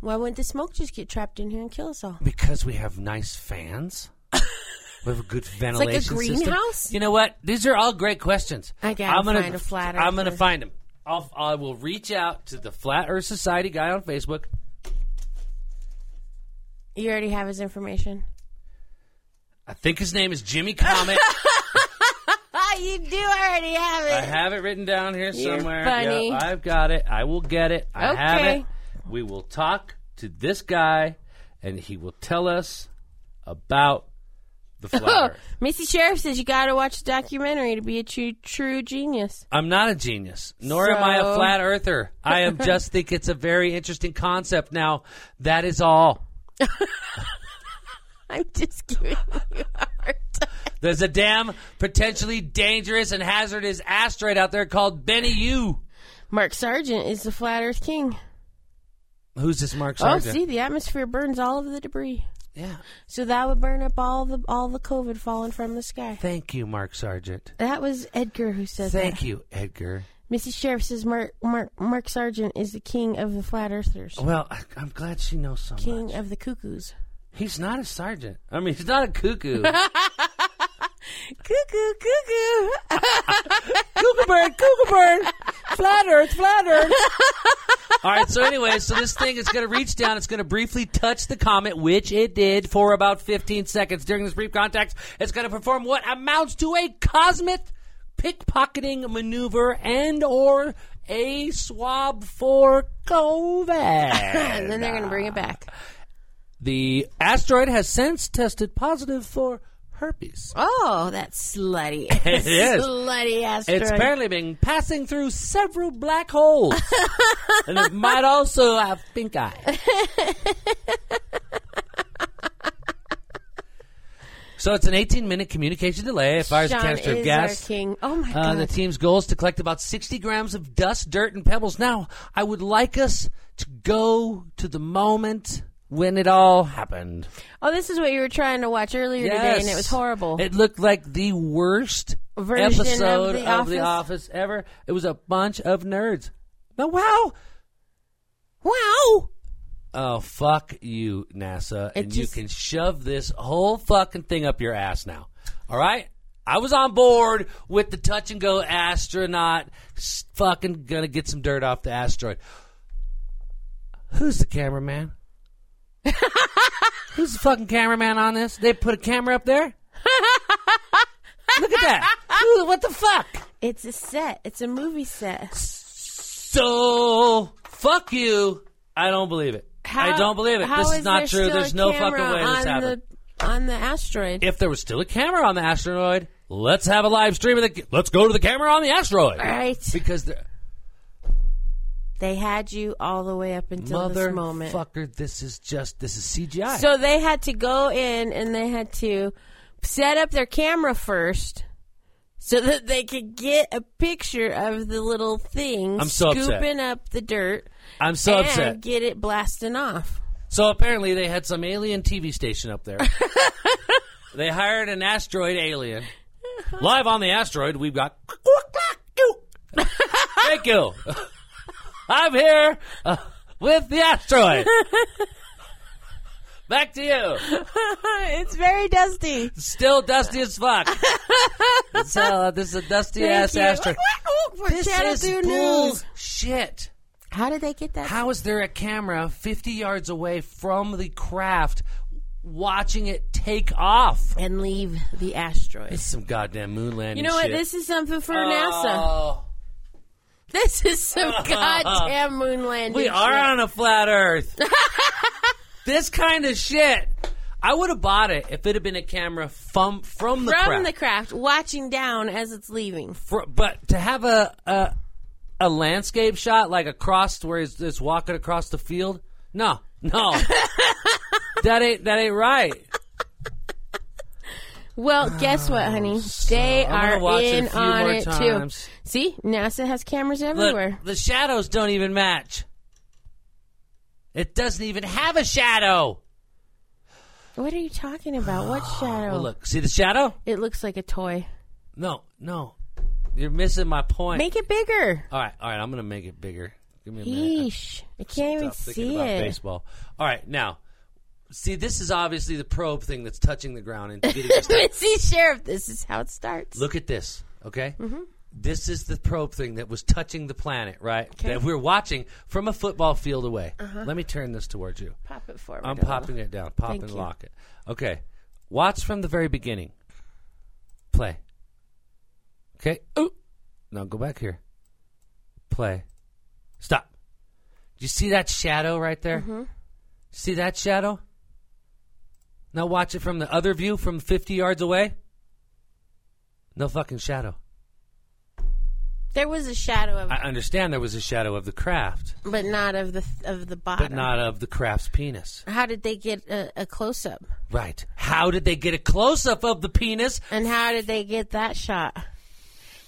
S3: Why wouldn't the smoke just get trapped in here and kill us all?
S2: because we have nice fans. We have a good ventilation system.
S3: greenhouse?
S2: You know what? These are all great questions.
S3: I gotta
S2: I'm gonna,
S3: find a flat
S2: I'm going to
S3: earther.
S2: find them. I'll, I will reach out to the Flat Earth Society guy on Facebook.
S3: You already have his information.
S2: I think his name is Jimmy Comet.
S3: Ah, you do already
S2: I
S3: have it.
S2: have it written down here
S3: You're
S2: somewhere.
S3: funny.
S2: Yeah, I've got it. I will get it. I have
S3: Okay.
S2: it. We will talk to this guy, and he will tell us about the
S3: Oh,
S2: flower.
S3: Missy Sheriff says you got to watch the documentary to be a true true genius.
S2: I'm not a genius, nor am I
S3: So-
S2: a flat earther. I am just think it's a very interesting concept. Now, that is all.
S3: I'm just giving you a hard time.
S2: There's a damn potentially dangerous and hazardous asteroid out there called Benny U.
S3: Mark Sargent is the flat Earth king.
S2: Who's this Mark
S3: Oh,
S2: Sargent?
S3: see, the atmosphere burns all of the debris,
S2: Yeah.
S3: so that would burn up all the all the COVID falling from the sky.
S2: Thank you, Mark Sargent.
S3: That was Edgar who said that.
S2: Thank you, Edgar.
S3: Missy Sheriff says Mark Mark Mark Sargent is the king of the flat earthers,
S2: Well, I, I'm glad she knows so
S3: king
S2: much.
S3: of the cuckoos.
S2: He's not a sergeant. I mean, he's not a cuckoo.
S3: Cuckoo, cuckoo.
S2: cuckoo bird, cuckoo bird. Flat earth, flat earth. All right, so anyway, so this thing is going to reach down. It's going to briefly touch the comet, which it did for about 15 seconds. During this brief contact, it's going to perform what amounts to a cosmic pickpocketing maneuver and or a swab for COVID.
S3: and then they're gonna bring it back.
S2: the asteroid has since tested positive for herpes.
S3: Oh, that's slutty.
S2: It is.
S3: slutty asteroid.
S2: It's apparently been passing through several black holes. and it might also have pink eye. so it's an 18 minute communication delay. It fires a
S3: Sean
S2: canister of
S3: is
S2: gas.
S3: our king. Oh my
S2: Uh,
S3: god.
S2: the team's goal is to collect about 60 grams of dust, dirt, and pebbles. Now, I would like us to go to the moment when it all happened.
S3: oh, this is what you were trying to watch earlier today, and it was horrible.
S2: It looked like the worst
S3: Version of
S2: episode
S3: The
S2: of The Office ever. It was a bunch of nerds. Now, wow.
S3: wow.
S2: Oh, fuck you, NASA.
S3: It
S2: and
S3: just-
S2: you can shove this whole fucking thing up your ass now. All right? I was on board with the touch and go astronaut s- fucking gonna get some dirt off the asteroid. Who's the cameraman? Who's the fucking cameraman on this? They put a camera up there? Look at that. Who- what the fuck?
S3: It's a set. It's a movie set.
S2: So fuck you. I don't believe it. I
S3: How-
S2: don't believe it.
S3: how
S2: This is, not
S3: there
S2: true.
S3: still a
S2: There's no fucking
S3: camera
S2: way this
S3: on
S2: happened.
S3: The, on the asteroid.
S2: If there was still a camera on the asteroid, let's have a live stream of the. Let's go to the camera on the asteroid
S3: All right.
S2: because the
S3: They had you all the way up until this moment.
S2: motherfucker. This is just this is CGI.
S3: So they had to go in and they had to set up their camera first so that they could get a picture of the little thing
S2: I'm so upset.
S3: scooping up the dirt
S2: I'm so
S3: and
S2: upset.
S3: get it blasting off.
S2: So apparently they had some alien TV station up there. they hired an asteroid alien. Live on the asteroid, we've got. Thank you. I'm here uh, with the asteroid. Back to you.
S3: it's very dusty.
S2: Still dusty as fuck. So uh, this is a dusty ass
S3: Thank you.
S2: asteroid.
S3: For
S2: This
S3: Channel
S2: is
S3: 2 News.
S2: bullshit.
S3: How did they get that?
S2: How is there a camera 50 yards away from the craft watching it take off?
S3: and leave the asteroid.
S2: It's some goddamn moon landing
S3: You know what?
S2: shit.
S3: This is something for NASA.
S2: Oh,
S3: This is some goddamn moon landing.
S2: we are
S3: shit.
S2: on a flat earth. this kind of shit. I would have bought it if it had been a camera from from the
S3: from
S2: craft.
S3: the craft, watching down as it's leaving.
S2: Fr- but to have a, a a landscape shot like across where he's just walking across the field, no, no, that ain't that ain't right.
S3: Well, guess what, honey? they
S2: gonna
S3: are
S2: watch it a
S3: in
S2: few
S3: on
S2: more
S3: it
S2: times.
S3: too. See, NASA has cameras everywhere.
S2: Look, the shadows don't even match. It doesn't even have a shadow.
S3: What are you talking about? What shadow?
S2: Well, look, see the shadow?
S3: It looks like a toy.
S2: No, no. You're missing my point.
S3: Make it bigger.
S2: all right, all right. I'm gonna make it bigger. Give me a minute.
S3: Yeesh. I can't even
S2: Stop thinking
S3: see
S2: about
S3: it.
S2: baseball. All right, now. See, this is obviously the probe thing that's touching the ground and getting us down.
S3: Missy Sheriff, this is how it starts.
S2: Look at this, okay?
S3: Mm-hmm.
S2: This is the probe thing that was touching the planet, right? That we're watching from a football field away.
S3: Uh-huh.
S2: Let me turn this towards you.
S3: Pop it forward.
S2: I'm
S3: a little.
S2: popping it down. Pop
S3: Thank
S2: and
S3: you.
S2: lock it. Okay. Watch from the very beginning. Play. Okay. Ooh. Now go back here. Play. Stop. Do you see that shadow right there?
S3: Mm-hmm.
S2: See that shadow? Now watch it from the other view from 50 yards away. No fucking shadow.
S3: There was a shadow of,
S2: I understand there was a shadow of the craft,
S3: but not of the of the bottom.
S2: but not of the craft's penis.
S3: How did they get a, a close up?
S2: Right. How did they get a close up of the penis
S3: And how did they get that shot?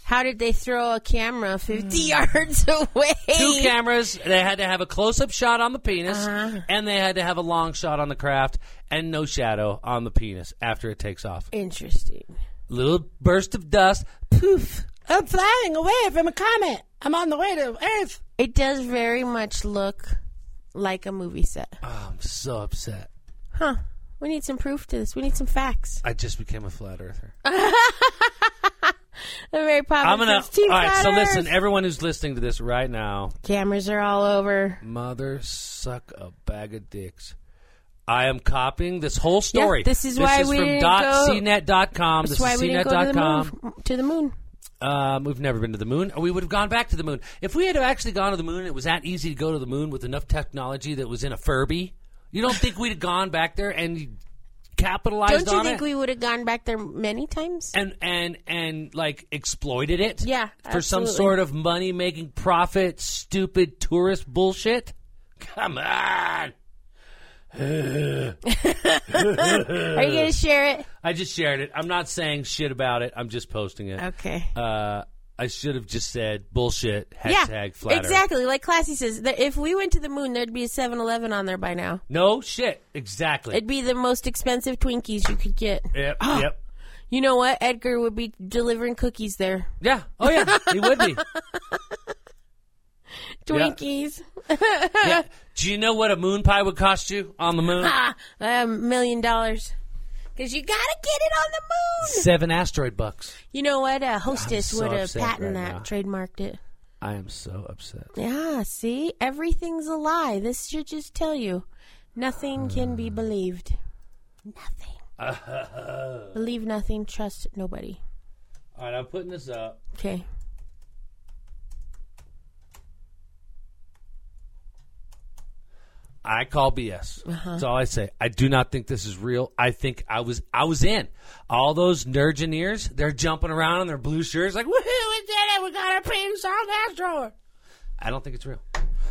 S3: How did they throw a camera 50 yards away?
S2: Hmm. two cameras. They had to have a close up shot on the penis,
S3: Uh-huh.
S2: and they had to have a long shot on the craft, and no shadow on the penis after it takes off.
S3: Interesting.
S2: Little burst of dust, poof. I'm flying away from a comet.
S1: I'm on the way to Earth.
S3: It does very much look like a movie set.
S2: Oh, I'm so upset.
S3: Huh. We need some proof to this. We need some facts.
S2: I just became a flat earther.
S3: Oh, The Mary Poppins.
S2: I'm gonna.
S3: says, "Team
S2: all right, so
S3: flatters."
S2: listen, everyone who's listening to this right now,
S3: Cameras are all over.
S2: mother suck a bag of dicks. I am copying this whole story.
S3: this is why we
S2: from
S3: didn't
S2: dot
S3: go-
S2: cnet.com.
S3: That's
S2: this
S3: why
S2: is
S3: we didn't go to the
S2: cnet.com.
S3: moon. To the moon.
S2: Um, we've never been to the moon. We would have gone back to the moon. If we had actually gone to the moon, it was that easy to go to the moon with enough technology that was in a Furby. You don't think we'd have gone back there and capitalized
S3: Don't you
S2: on
S3: think
S2: it
S3: we would have gone back there many times?
S2: and and and like exploited it?
S3: Yeah,
S2: for some
S3: absolutely.
S2: sort of money making profit, stupid tourist bullshit. Come on!
S3: Are
S2: Uh.
S3: you gonna share it?
S2: I just shared it. I'm not saying shit about it. I'm just posting it.
S3: Okay.
S2: Uh, I should have just said bullshit.
S3: yeah.
S2: Hashtag flat Earth.
S3: Exactly. Like Classy says, that if we went to the moon, there'd be a 7-Eleven on there by now.
S2: No shit. Exactly.
S3: It'd be the most expensive Twinkies you could get.
S2: Yep. Yep.
S3: You know what? Edgar would be delivering cookies there.
S2: Yeah. Oh yeah. He would be.
S3: Twinkies.
S2: Yeah. Do you know what a moon pie would cost you on the moon?
S3: Ah, A million dollars. Because you gotta get it on the moon.
S2: Seven asteroid bucks.
S3: You know what? A hostess
S2: I'm so
S3: would have
S2: upset
S3: patented
S2: right
S3: that,
S2: now.
S3: trademarked it.
S2: I am so upset.
S3: Yeah, see? Everything's a lie. This should just tell you. Nothing can
S2: Hmm.
S3: be believed. Nothing. Believe nothing, trust nobody.
S2: All right, I'm putting this up.
S3: Okay.
S2: I call BS. That's all I say. I do not think this is real. I think I was I was in. All those nerdgineers, they're jumping around in their blue shirts like, "Woohoo, we did it. We got our pink song asteroid." I don't think it's real.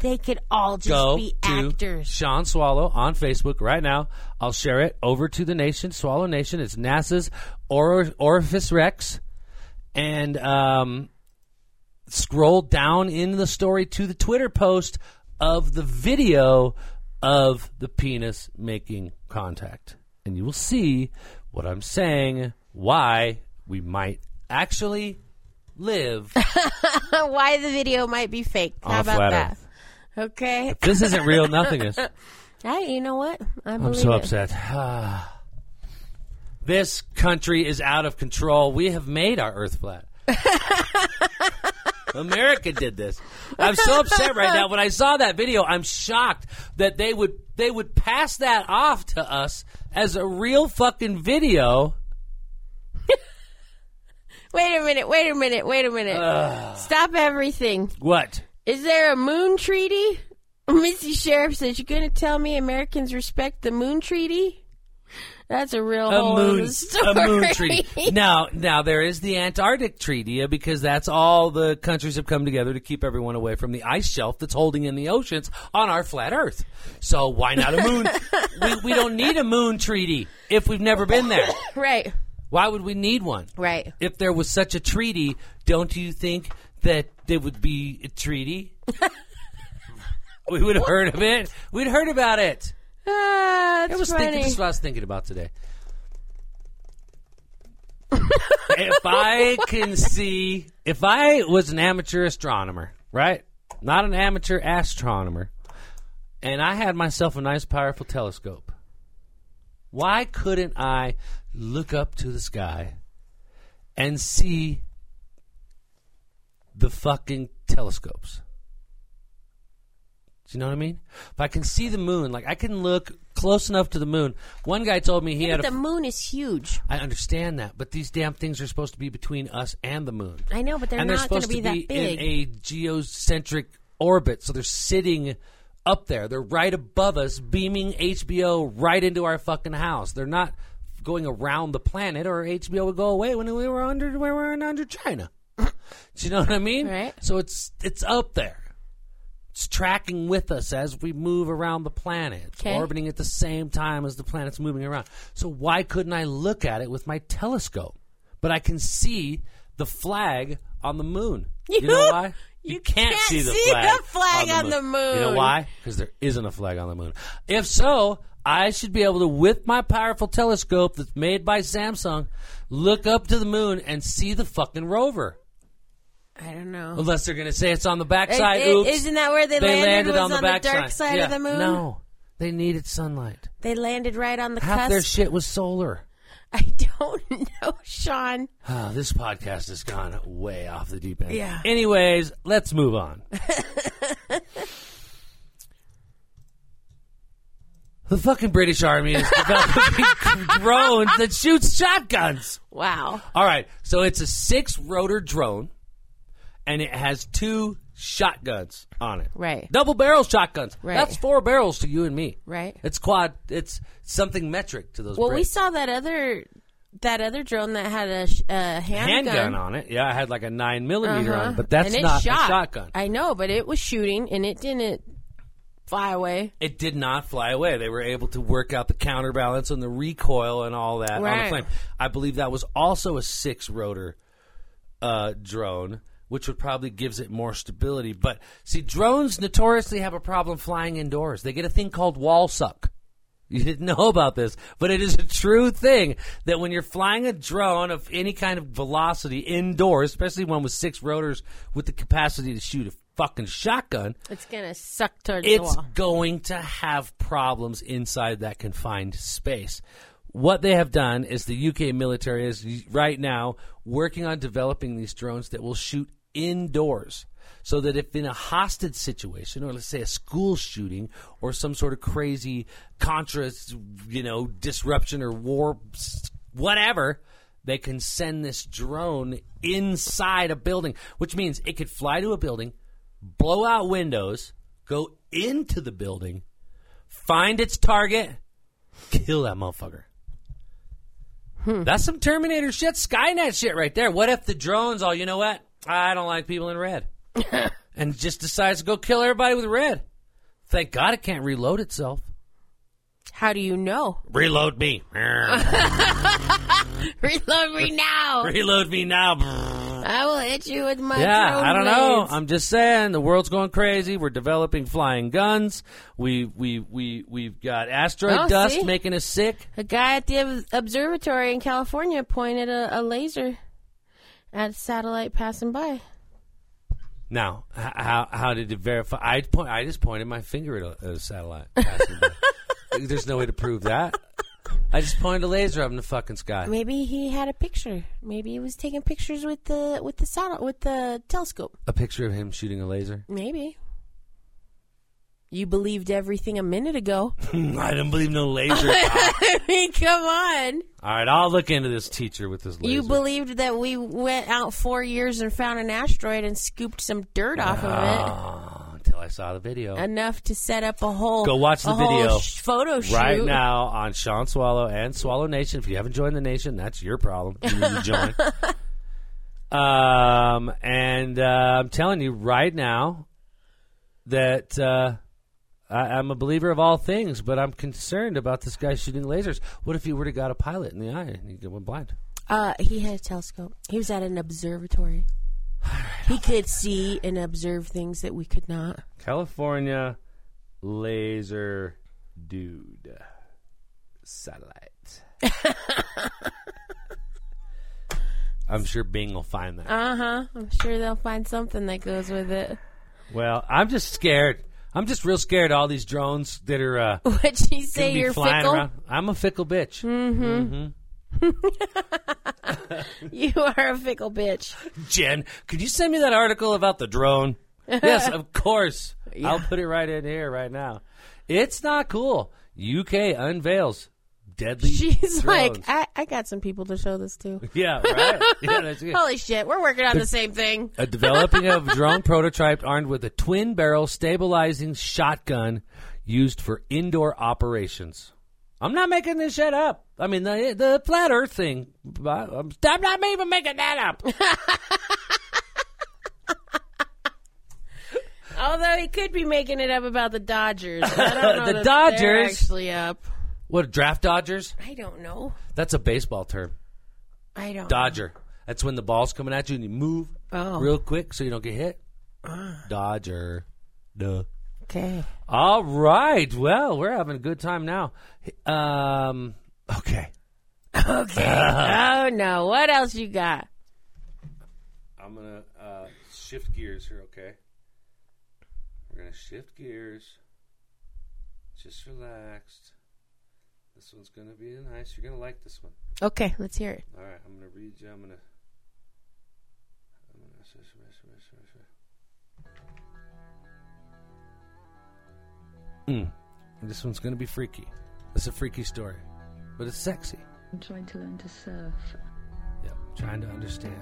S3: They could all just
S2: go
S3: be
S2: to
S3: actors.
S2: Sean Swallow on Facebook right now. I'll share it over to the nation, Swallow Nation. It's NASA's Or- Orifice Rex, and um, scroll down in the story to the Twitter post of the video of the penis making contact, and you will see what I'm saying. Why we might actually live
S3: Why the video might be fake. How
S2: on
S3: about
S2: flat
S3: that?
S2: Earth.
S3: Okay.
S2: This isn't real nothingness.
S3: Hey, you know what? I
S2: I'm
S3: believe
S2: so
S3: it.
S2: upset. this country is out of control. We have made our earth flat. America did this. I'm so upset right now. When I saw that video, I'm shocked that they would they would pass that off to us as a real fucking video.
S3: Wait a minute, wait a minute, wait a minute. Stop everything.
S2: What?
S3: Is there a moon treaty? Missy Sheriff says, You're going to tell me Americans respect the moon treaty? That's a real
S2: A
S3: whole
S2: moon,
S3: other story.
S2: a moon treaty. Now, now there is the Antarctic Treaty uh, because that's all the countries have come together to keep everyone away from the ice shelf that's holding in the oceans on our flat Earth. So why not a moon? we, we don't need a moon treaty if we've never been there.
S3: right,
S2: Why would we need one?
S3: right.
S2: If there was such a treaty, don't you think that there would be a treaty? we would have heard of it. We'd heard about it.
S3: Ah,
S2: I
S3: that's
S2: was
S3: funny.
S2: thinking. This is what I was thinking about today. if I can see, if I was an amateur astronomer, right? Not an amateur astronomer, and I had myself a nice, powerful telescope. Why couldn't I look up to the sky and see the fucking telescopes? Do you know what I mean? If I can see the moon, like I can look close enough to the moon. One guy told me he had
S3: but
S2: a
S3: the moon is huge.
S2: I understand that, but these damn things are supposed to be between us and the moon.
S3: I know, but they're
S2: and they're
S3: not going
S2: supposed
S3: to be
S2: to be
S3: that big.
S2: in a geocentric orbit, so they're sitting up there. They're right above us, beaming HBO right into our fucking house. They're not going around the planet, or HBO would go away when we were under when we were in under China. Do you know what I mean?
S3: Right.
S2: So it's it's up there. It's tracking with us as we move around the planet. It's
S3: Okay.
S2: orbiting at the same time as the planet's moving around. So why couldn't I look at it with my telescope? But I can see the flag on the moon. You, know why?
S3: You can't see the flag on the
S2: You know
S3: moon.
S2: why? Because there isn't a flag on the moon. If so, I should be able to, with my powerful telescope that's made by Samsung, look up to the moon and see the fucking rover.
S3: I don't know.
S2: Unless they're going to say it's on the
S3: Is-
S2: backside.
S3: is-
S2: Oops.
S3: isn't that where they,
S2: they
S3: landed?
S2: landed
S3: was
S2: on the
S3: the
S2: backside.
S3: dark side
S2: Yeah.
S3: of the moon.
S2: No, they needed sunlight.
S3: They landed right on the
S2: Half
S3: cusp.
S2: their shit was solar.
S3: I don't know, Sean.
S2: Ah, this podcast has gone way off the deep end.
S3: Yeah.
S2: Anyways, let's move on. the fucking British Army is developing drones that shoot shotguns.
S3: Wow.
S2: All right, so it's a six rotor drone, and it has two shotguns on it.
S3: Right.
S2: Double barrel shotguns.
S3: Right.
S2: That's four barrels to you and me.
S3: Right.
S2: It's quad. It's something metric to those.
S3: Well, we
S2: Brits.
S3: saw that other that other drone that had a, sh- a handgun,
S2: handgun on it. Yeah, I had like a nine millimeter
S3: Uh-huh.
S2: on, it, but that's
S3: And it
S2: not
S3: shot.
S2: a shotgun.
S3: I know, but it was shooting and it didn't fly away.
S2: it did not fly away. They were able to work out the counterbalance and the recoil and all that on
S3: Right.
S2: the plane. I believe that was also a six rotor uh, drone, which would probably gives it more stability. But see, drones notoriously have a problem flying indoors. They get a thing called wall suck. You didn't know about this, but it is a true thing that when you're flying a drone of any kind of velocity indoors, especially one with six rotors with the capacity to shoot a fucking shotgun,
S3: It's gonna suck towards the
S2: it's
S3: wall.
S2: going to have problems inside that confined space. What they have done is the UK military is right now working on developing these drones that will shoot indoors. So that if in a hostage situation, or let's say a school shooting, or some sort of crazy Contra, you know, disruption or war, s- whatever, they can send this drone inside a building, which means it could fly to a building, blow out windows, go into the building, find its target, kill that motherfucker.
S3: Hmm.
S2: That's some Terminator shit, Skynet shit right there. What if the drone's all, you know what? I don't like people in red. and just decides to go kill everybody with red. Thank God it can't reload itself.
S3: How do you know?
S2: Reload me.
S3: Reload me now.
S2: Reload me now.
S3: I will hit you with my
S2: Yeah,
S3: drone
S2: I don't know.
S3: blades.
S2: I'm just saying the world's going crazy. We're developing flying guns. We we we we've got asteroid
S3: Oh,
S2: dust
S3: see?
S2: making us sick.
S3: A guy at the ob- observatory in California pointed a, a laser at a satellite passing by.
S2: Now, h- how how did it verify? I point. I just pointed my finger at a, at a satellite. passing by. There's no way to prove that. I just pointed a laser up in the fucking sky.
S3: Maybe he had a picture. Maybe he was taking pictures with the with the saddle with the telescope.
S2: A picture of him shooting a laser.
S3: Maybe. You believed everything a minute ago.
S2: I don't believe no laser.
S3: I mean, come on.
S2: All right, I'll look into this teacher with this laser.
S3: You believed that we went out four years and found an asteroid and scooped some dirt off of
S2: Ah, until I saw the video.
S3: it enough to set up a whole
S2: Go watch the
S3: a whole
S2: video.
S3: sh- photo shoot.
S2: right now on Sean Swallow and Swallow Nation. If you haven't joined the nation, that's your problem. You need to join. um, and uh, I'm telling you right now that uh, I, I'm a believer of all things, but I'm concerned about this guy shooting lasers. What if he would have got a pilot in the eye and he went blind?
S3: Uh, he had a telescope. He was at an observatory. He could see and observe things that we could not.
S2: California laser dude satellite. I'm sure Bing will find that.
S3: Uh huh. I'm sure they'll find something that goes with it.
S2: Well, I'm just scared. I'm just real scared. of All these drones that are uh, gonna
S3: What'd you say?
S2: be
S3: You're
S2: flying
S3: fickle. Hmm.
S2: around. I'm a fickle bitch.
S3: You are a fickle bitch.
S2: Jen, could you send me that article about the drone? yes, of course. I'll put it right in here right now. It's not cool. UK unveils deadly.
S3: She's
S2: drones.
S3: like, I, I got some people to show this to.
S2: yeah, right. Yeah, that's good.
S3: Holy shit, we're working on the same thing.
S2: A developing of drone prototype armed with a twin barrel stabilizing shotgun used for indoor operations. I'm not making this shit up. I mean, the, the flat earth thing. I'm, I'm not even making that up.
S3: Although he could be making it up about the Dodgers. I don't know
S2: The
S3: that they're
S2: Dodgers?
S3: actually up.
S2: what, draft Dodgers?
S3: I don't know.
S2: That's a baseball term.
S3: I don't.
S2: Dodger. That's when the ball's coming at you and you move
S3: Oh.
S2: real quick so you don't get hit. Dodger. Duh.
S3: Okay.
S2: All right. Well, we're having a good time now. Um, okay.
S3: Oh no. What else you got?
S2: I'm gonna uh, shift gears here. Okay, we're gonna shift gears. Just relaxed. This one's gonna be nice. You're gonna like this one.
S3: Okay, let's hear it.
S2: All right, I'm gonna read you. I'm gonna. I'm gonna. s- s- s- s- s- s- Mm. This one's gonna be freaky. It's a freaky story, but it's sexy.
S1: I'm trying to learn to surf.
S2: Yep, trying to understand.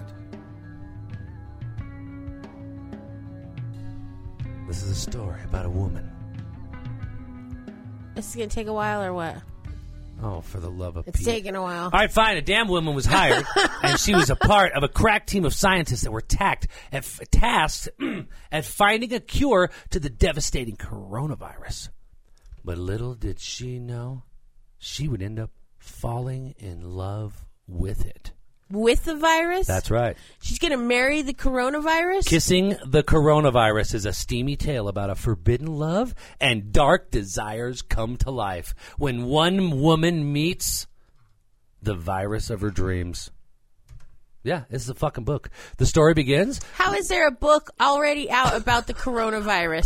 S2: This is a story about a woman.
S3: This is gonna take a while or what?
S2: Oh, for the love of
S3: It's
S2: Pete.
S3: taking a while.
S2: All right, fine. A damn woman was hired, and she was a part of a crack team of scientists that were tacked at f- tasked at finding a cure to the devastating coronavirus. But little did she know, she would end up falling in love with it.
S3: With the virus?
S2: right.
S3: She's gonna marry the coronavirus?
S2: Kissing the Coronavirus is a steamy tale about a forbidden love and dark desires come to life when one woman meets the virus of her dreams. Yeah, it's the fucking book. The story begins.
S3: How is there a book already out about the coronavirus?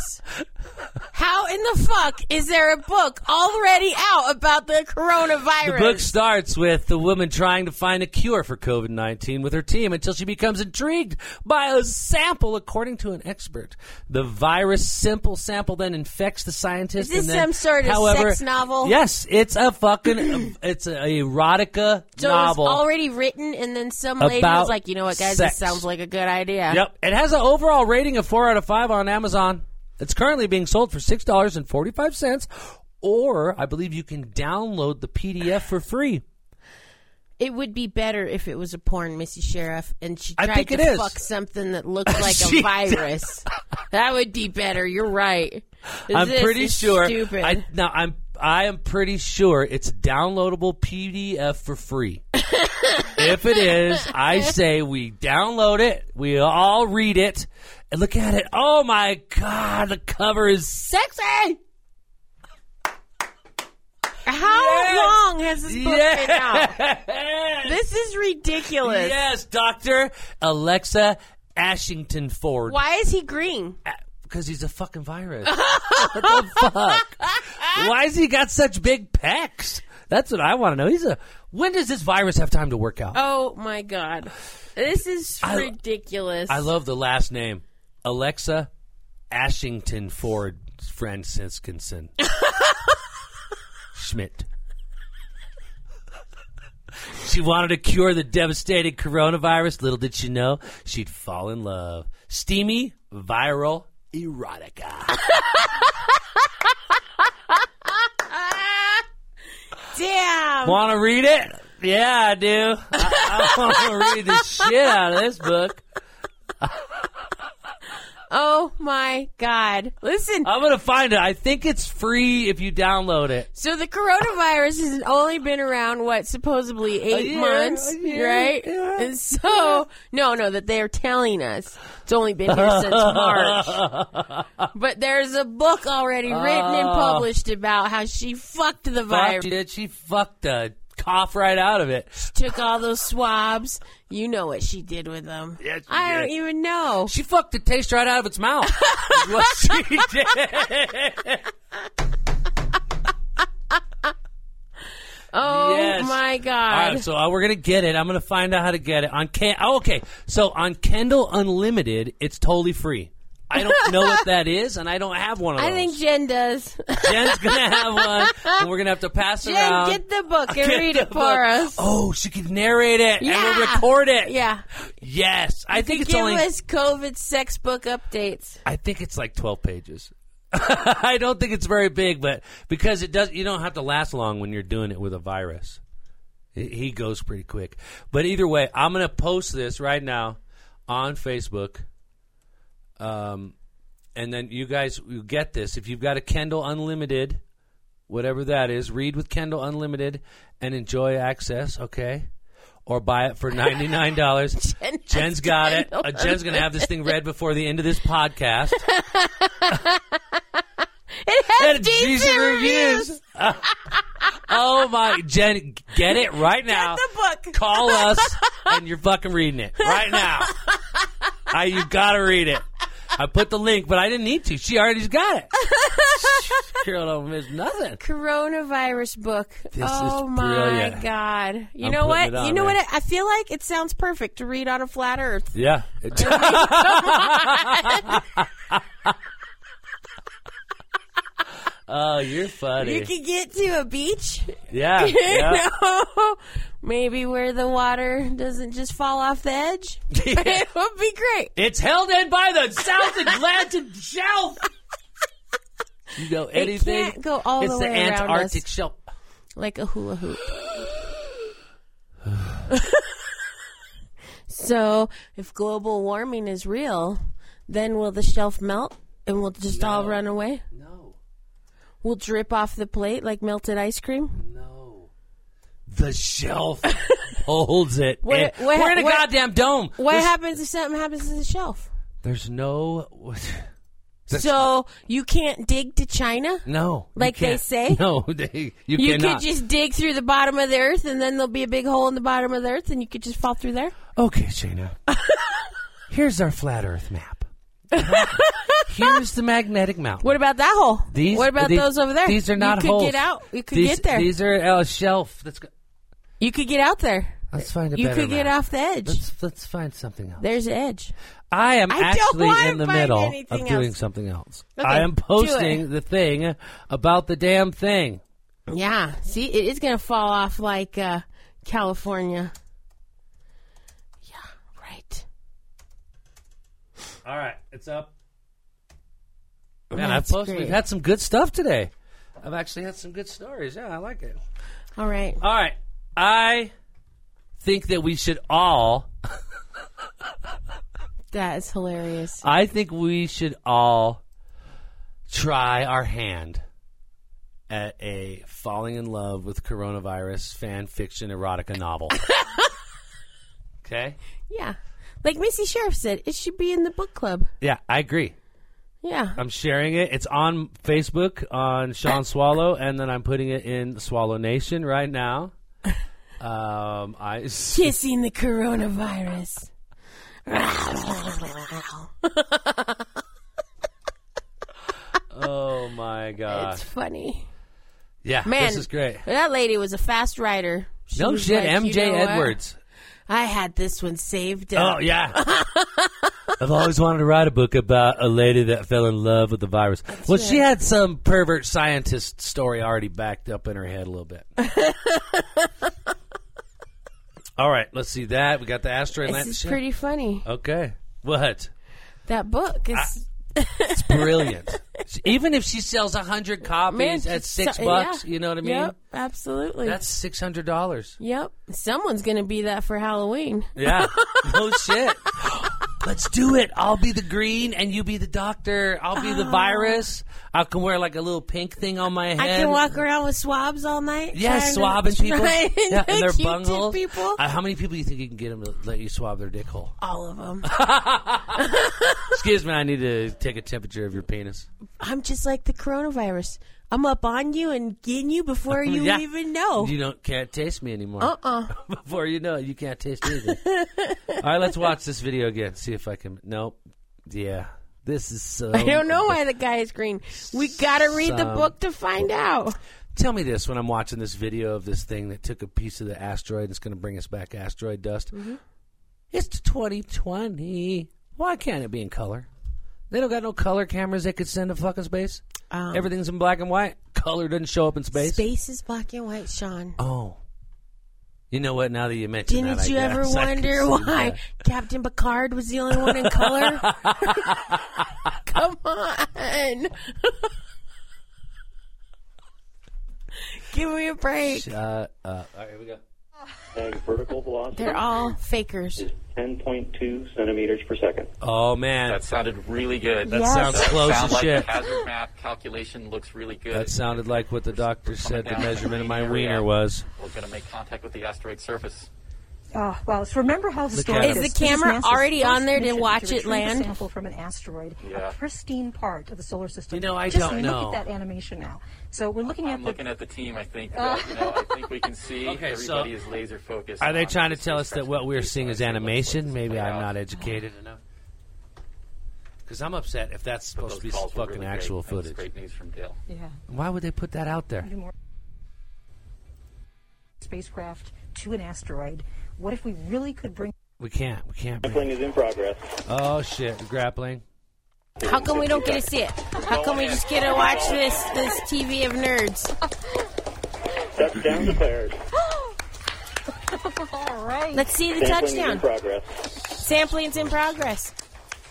S3: How in the fuck is there a book already out about the
S2: The
S3: coronavirus?
S2: book starts with the woman trying to find a cure for COVID 19 with her team until she becomes intrigued by a sample, according to an expert. The virus simple sample then infects the scientist.
S3: Is this
S2: and then-
S3: some sort of
S2: however,
S3: sex novel?
S2: Yes, it's a fucking, it's a erotica
S3: so
S2: novel.
S3: it was already written, and then some lady
S2: about
S3: was like, "You know what, guys?
S2: sex.
S3: This sounds like a good idea."
S2: Yep. It has an overall rating of four out of five on Amazon. It's currently being sold for six dollars and forty five cents, or I believe you can download the PDF for free.
S3: It would be better if it was a porn, Missy Sheriff, and she
S2: I
S3: tried
S2: think
S3: to
S2: it is.
S3: fuck something that looked like a
S2: She-
S3: virus. that would be better. You're right.
S2: I'm
S3: This
S2: pretty
S3: is
S2: sure.
S3: Stupid.
S2: I, now I'm I am pretty sure it's downloadable PDF for free. if it is, I say we download it. We all read it and look at it. Oh my god, the cover is sexy.
S3: How
S2: Yes.
S3: long has this book been out?
S2: Yes.
S3: This is ridiculous.
S2: Yes, Doctor Alexa Ashington Ford.
S3: Why is he green?
S2: Because he's a fucking virus. what the fuck? Why has he got such big pecs? That's what I want to know. He's a. When does this virus have time to work out?
S3: Oh my god. This is
S2: I-
S3: ridiculous.
S2: I love the last name, Alexa Ashington Ford Franciskinson Schmidt. She wanted to cure the devastating coronavirus. Little did she know she'd fall in love. Steamy, viral, erotica.
S3: Ah! Damn.
S2: Want to read it? Yeah, I do. I, I want to read the shit out of this book.
S3: Oh my god. Listen.
S2: I'm gonna find it. I think it's free if you download it.
S3: So the coronavirus has only been around what supposedly 8
S2: year,
S3: months,
S2: a year,
S3: right?
S2: yeah.
S3: And so no, no, that they're telling us. It's only been here since March. But there's a book already written and
S2: Oh.
S3: published about how she fucked the
S2: Fuck,
S3: virus.
S2: she did. She fucked a cough right out of it.
S3: took all those swabs. You know what she did with them.
S2: Yes, she
S3: I don't
S2: did.
S3: even know.
S2: She fucked the taste right out of its mouth. is what she did.
S3: Oh
S2: Yes.
S3: my
S2: All
S3: god.
S2: right, so uh, we're gonna get it. I'm gonna find out how to get it on. Ken- oh, okay, so on Kendall Unlimited, it's totally free. I don't know what that is, and I don't have one of
S3: I
S2: those.
S3: think Jen does.
S2: Jen's gonna have one, and we're gonna have to pass it
S3: Jen,
S2: around.
S3: get the book and
S2: Get
S3: read
S2: the
S3: it for
S2: book.
S3: us.
S2: Oh, she could narrate it and we'll
S3: Yeah.
S2: record it.
S3: Yeah.
S2: Yes, I think it's
S3: Give
S2: only.
S3: us COVID sex book updates.
S2: I think it's like twelve pages. I don't think it's very big, but because it does, you don't have to last long when you're doing it with a virus. He- He goes pretty quick. But either way, I'm gonna post this right now on Facebook. Um, and then you guys you get this if you've got a Kindle Unlimited, whatever that is, read with Kindle Unlimited and enjoy access. Okay. Or buy it for ninety nine dollars.
S3: Jen has
S2: Jen's got it.
S3: Kindle
S2: Uh, Jen's gonna have this thing read before the end of this podcast.
S3: It has
S2: And
S3: decent, reviews.
S2: Uh, oh my, Jen, get it right now.
S3: The book.
S2: Call us, and you're fucking reading it right now. I, you gotta read it. I put the link, but I didn't need to. She already's got it. Girl, don't miss nothing.
S3: Coronavirus book.
S2: This is
S3: oh my
S2: brilliant.
S3: God. You
S2: I'm putting
S3: know what?
S2: it on,
S3: you know
S2: man.
S3: what? I feel like it sounds perfect to read on a flat earth.
S2: Yeah. It- oh, you're funny.
S3: You could get to a beach.
S2: yeah. yeah.
S3: You know? Maybe where the water doesn't just fall off the edge.
S2: Yeah.
S3: It would be great.
S2: It's held in by the South Atlantic Shelf. You know anything?
S3: can't go all
S2: it's
S3: the
S2: the,
S3: way around
S2: Antarctic
S3: us.
S2: Shelf.
S3: Like a hula hoop. so, if global warming is real, then will the shelf melt and we'll just all
S2: No.
S3: run away?
S2: No,
S3: We'll drip off the plate like melted ice cream?
S2: no. The shelf holds it.
S3: What-
S2: And
S3: what-
S2: We're in a
S3: what-
S2: goddamn dome.
S3: What
S2: there's,
S3: happens if something happens to the shelf?
S2: there's no.
S3: so, you can't dig to China?
S2: No. you
S3: Like they
S2: can't.
S3: say?
S2: No, they, you,
S3: You
S2: cannot.
S3: could just dig through the bottom of the earth, and then there'll be a big hole in the bottom of the earth, and you could just fall through there.
S2: Okay, Shayna. Here's our flat Earth map. Here's the magnetic mountain.
S3: What about that hole?
S2: These,
S3: what about
S2: these-
S3: those over there?
S2: These are not
S3: You could
S2: holes.
S3: get out. You could
S2: These-
S3: get there.
S2: These are a shelf. Let's go.
S3: you could get out there.
S2: Let's find a
S3: You
S2: better
S3: could get
S2: map.
S3: off the edge.
S2: Let's let's find something else.
S3: There's the edge.
S2: I am
S3: I don't
S2: actually
S3: wanna
S2: in the
S3: find
S2: middle of
S3: anything
S2: doing
S3: else.
S2: something else.
S3: Okay,
S2: I am
S3: do it.
S2: posting the thing about the damn thing.
S3: Yeah. See, it is going to fall off like uh, California. Yeah, right.
S2: All right, it's up. Man,
S3: That's
S2: I've posted.
S3: great.
S2: We've had some good stuff today. I've actually had some good stories. Yeah, I like it.
S3: All right.
S2: All right. I think that we should all
S3: That is hilarious.
S2: I think we should all try our hand at a falling in love with coronavirus fan fiction erotica novel. okay?
S3: Yeah. Like Missy Sheriff said, it should be in the book club.
S2: Yeah, I agree.
S3: Yeah.
S2: I'm sharing it. It's on Facebook on Sean Swallow, and then I'm putting it in Swallow Nation right now. Um, I
S3: Kissing the coronavirus.
S2: oh my god,
S3: It's funny.
S2: yeah,
S3: Man.
S2: this is great.
S3: That lady was a fast rider. She
S2: No
S3: was
S2: shit,
S3: like,
S2: MJ
S3: "You know what?
S2: Edwards.
S3: I had this one saved
S2: Oh
S3: up.
S2: yeah. I've always wanted to write a book about a lady that fell in love with the virus. well, she had some pervert scientist story already backed up in her head a little bit. All right, let's see that. We got the asteroid
S3: this
S2: landing.
S3: is pretty funny.
S2: Okay. What?
S3: That book is
S2: It's brilliant. Even if she sells a hundred copies at
S3: just
S2: six
S3: so-
S2: bucks,
S3: yeah.
S2: you know what I mean?
S3: Yep, absolutely.
S2: That's six hundred dollars.
S3: yep. Someone's gonna be that for Halloween.
S2: Yeah.
S3: Oh,
S2: No shit. Let's do it. I'll be the green and you be the doctor. I'll be the virus. I can wear like a little pink thing on my head.
S3: Oh. I can walk around with swabs all night.
S2: Yeah,
S3: trying to-
S2: swabbing people.
S3: trying
S2: Yeah,
S3: to
S2: and their
S3: Q-tip
S2: bunghole.
S3: people.
S2: Uh, how many people do you think you can get them to let you swab their dick hole?
S3: all of them.
S2: Excuse me, I need to take a temperature of your penis.
S3: I'm just like the coronavirus. I'm up on you and getting you before you
S2: Yeah.
S3: even know.
S2: You don't can't taste me anymore.
S3: Uh-uh.
S2: Before you know it, you can't taste anything. All right, let's watch this video again. See if I can. Nope. Yeah. This is so.
S3: I don't know why the guy is green. We gotta read the
S2: Some-
S3: book to find out.
S2: Tell me this when I'm watching this video of this thing that took a piece of the asteroid that's going to bring us back asteroid dust.
S3: Mm-hmm.
S2: It's 2020. Why can't it be in color? They don't got no color cameras they could send to fucking space.
S3: Um,
S2: Everything's in black and white. Color doesn't show up in space.
S3: Space is black and white, Sean.
S2: Oh. You know what? Now that you mention
S3: Didn't
S2: that,
S3: you
S2: I
S3: ever
S2: guess I can
S3: wonder
S2: see
S3: why
S2: that.
S3: Captain Picard was the only one in color? Come on. Give me a break.
S2: Shut up. All right, here we go.
S5: and vertical velocity
S3: They're all fakers.
S5: is 10.2 centimeters per second.
S2: Oh man,
S6: That sounded really good.
S2: that sounds close
S6: sound
S2: as
S6: like
S2: shit.
S6: The hazard map calculation looks really good.
S2: That sounded like what the doctor said the
S6: down.
S2: measurement of my
S6: Area.
S2: wiener was.
S6: We're going to make contact with the asteroid surface.
S7: Oh, well, so remember how historic
S2: at
S7: it
S2: it.
S3: Is the camera
S7: NASA's
S3: already
S7: first
S3: on there to
S7: mission
S3: watch it
S7: retrieve a
S3: land?
S7: sample from an asteroid,
S6: Yeah.
S7: a pristine part of the solar system.
S2: You know, I
S7: Just
S2: don't
S7: look
S2: know.
S7: at that animation now. So we're looking
S6: I'm
S7: at
S6: looking
S7: the.
S6: at the team. I think that, you know, I think we can see
S2: Okay, so-
S6: everybody is laser focused.
S2: Are they
S6: on
S2: trying to
S6: the
S2: tell us that
S6: spacecraft.
S2: what we're seeing is
S6: So it looks like
S2: animation?
S6: it's
S2: Maybe
S6: played
S2: I'm
S6: out.
S2: not educated enough. Because I'm upset if that's supposed
S6: Those
S2: to be
S6: calls were
S2: fucking
S6: really great.
S2: actual
S6: That was
S2: footage.
S6: Great news from Dale.
S7: Yeah.
S2: Why would they put that out there?
S7: Do more spacecraft to an asteroid. What if we really could bring
S2: We can't. We can't. bring-
S5: Sampling is in progress.
S2: Oh shit! Grappling.
S3: How come we don't get to see it? How come we just get to watch this this TV of nerds?
S5: Touchdown declared.
S3: Let's see the
S5: Sampling is in
S3: touchdown.
S5: progress.
S3: Sampling's in progress.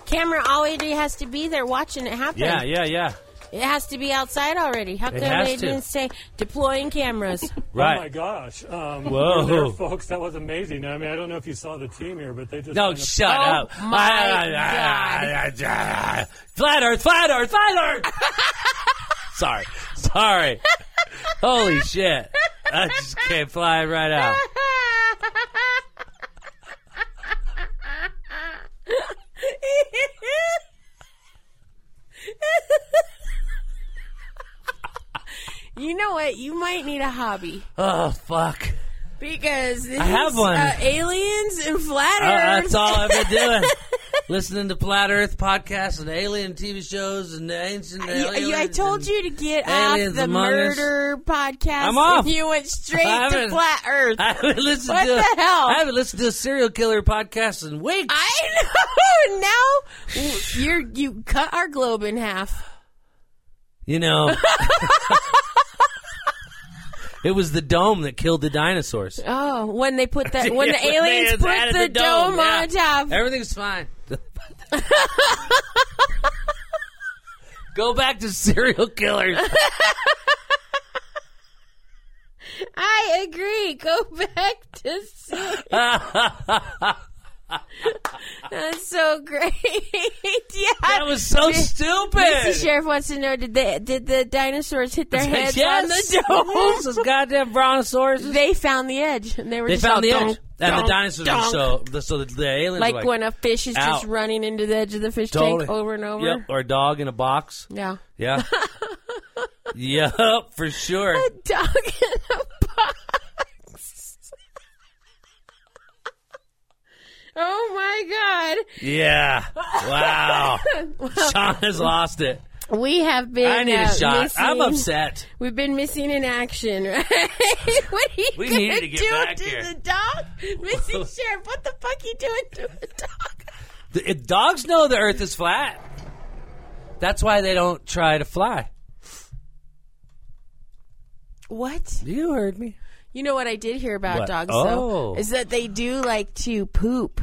S3: Camera already has to be there watching it happen.
S2: Yeah, yeah, yeah.
S3: It has to be outside already. How come
S2: has
S3: they
S2: to.
S3: didn't say deploying cameras?
S8: Oh my
S2: Right.
S8: gosh. Um,
S2: Whoa.
S8: we're there, folks, that was amazing. I mean, I don't know if you saw the team here, but they just.
S2: no,
S8: kind of-
S2: shut
S3: Oh
S2: up. Ah,
S3: my
S2: Flat Earth, flat Earth, flat Earth. sorry, sorry. Holy shit! I just came flying right out.
S3: you know what? You might need a hobby
S2: Oh fuck!
S3: because this
S2: have
S3: is,
S2: one.
S3: Uh, aliens and flat
S2: Uh,
S3: Earth.
S2: that's all I've been doing. Listening to flat Earth podcasts and alien TV shows and ancient
S3: You-
S2: aliens.
S3: you- I told
S2: and-
S3: you to get
S2: aliens
S3: off the
S2: among us.
S3: murder podcast.
S2: I'm off.
S3: And you went straight
S2: I
S3: to
S2: haven't-
S3: flat Earth.
S2: I haven't listened
S3: What
S2: to
S3: the hell?
S2: I haven't listened to a serial killer podcast in weeks.
S3: I know. Now you you cut our globe in half.
S2: you know. it was the dome that killed the dinosaurs.
S3: Oh, when they put that when the
S2: Yeah,
S3: aliens
S2: they
S3: put
S2: added
S3: the, dome,
S2: yeah.
S3: on top.
S2: Everything's fine. Go back to serial killers.
S3: I agree. Go back to sleep. That's so great. yeah.
S2: That was so
S3: Missy
S2: stupid.
S3: Sheriff wants to know: Did the did the dinosaurs hit their heads on
S2: yes,
S3: the dome?
S2: Yes, those goddamn brontosaurus.
S3: They found the edge, and they were
S2: They
S3: just all
S2: found the
S3: dunk,
S2: edge, and
S3: dunk,
S2: the dinosaurs.
S3: dunk.
S2: Were so, the- so the, the aliens
S3: like,
S2: were
S3: when a fish is just
S2: Ow.
S3: running into the edge of the fish
S2: totally-
S3: tank over and over.
S2: Yep, or a dog in a box.
S3: Yeah,
S2: Yeah. yep, for sure.
S3: dog in a box. oh
S2: Yeah. Wow.
S3: my god!
S2: Sean has lost it.
S3: we have been.
S2: I need a
S3: uh,
S2: shot. I'm
S3: missing-
S2: upset.
S3: We've been missing in action, right? what are you
S2: We
S3: gonna
S2: need to get
S3: do
S2: back
S3: to
S2: here.
S3: the dog? Missing Sheriff, what the fuck you doing to the dog?
S2: The, if dogs know the earth is flat. That's why they don't try to fly.
S3: What?
S2: You heard me.
S3: You know what I did hear about
S2: What?
S3: dogs
S2: Oh.
S3: though is that they do like to poop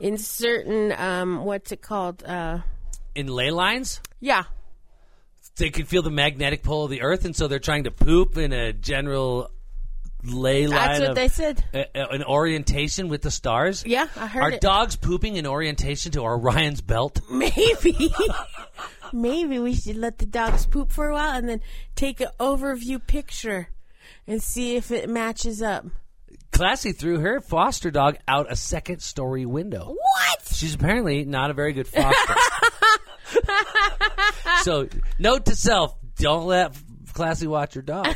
S3: in certain um what's it called? Uh
S2: In ley lines,
S3: yeah.
S2: they can feel the magnetic pull of the earth, and so they're trying to poop in a general ley line.
S3: That's what
S2: of-
S3: they said.
S2: a- a- an orientation with the stars.
S3: Yeah, I heard
S2: Are
S3: it.
S2: dogs pooping in orientation to Orion's belt?
S3: Maybe maybe we should let the dogs poop for a while and then take an overview picture and see if it matches up.
S2: Classy threw her foster dog out a second story window.
S3: What?
S2: She's apparently not a very good foster. so, note to self: don't let Classy watch your dog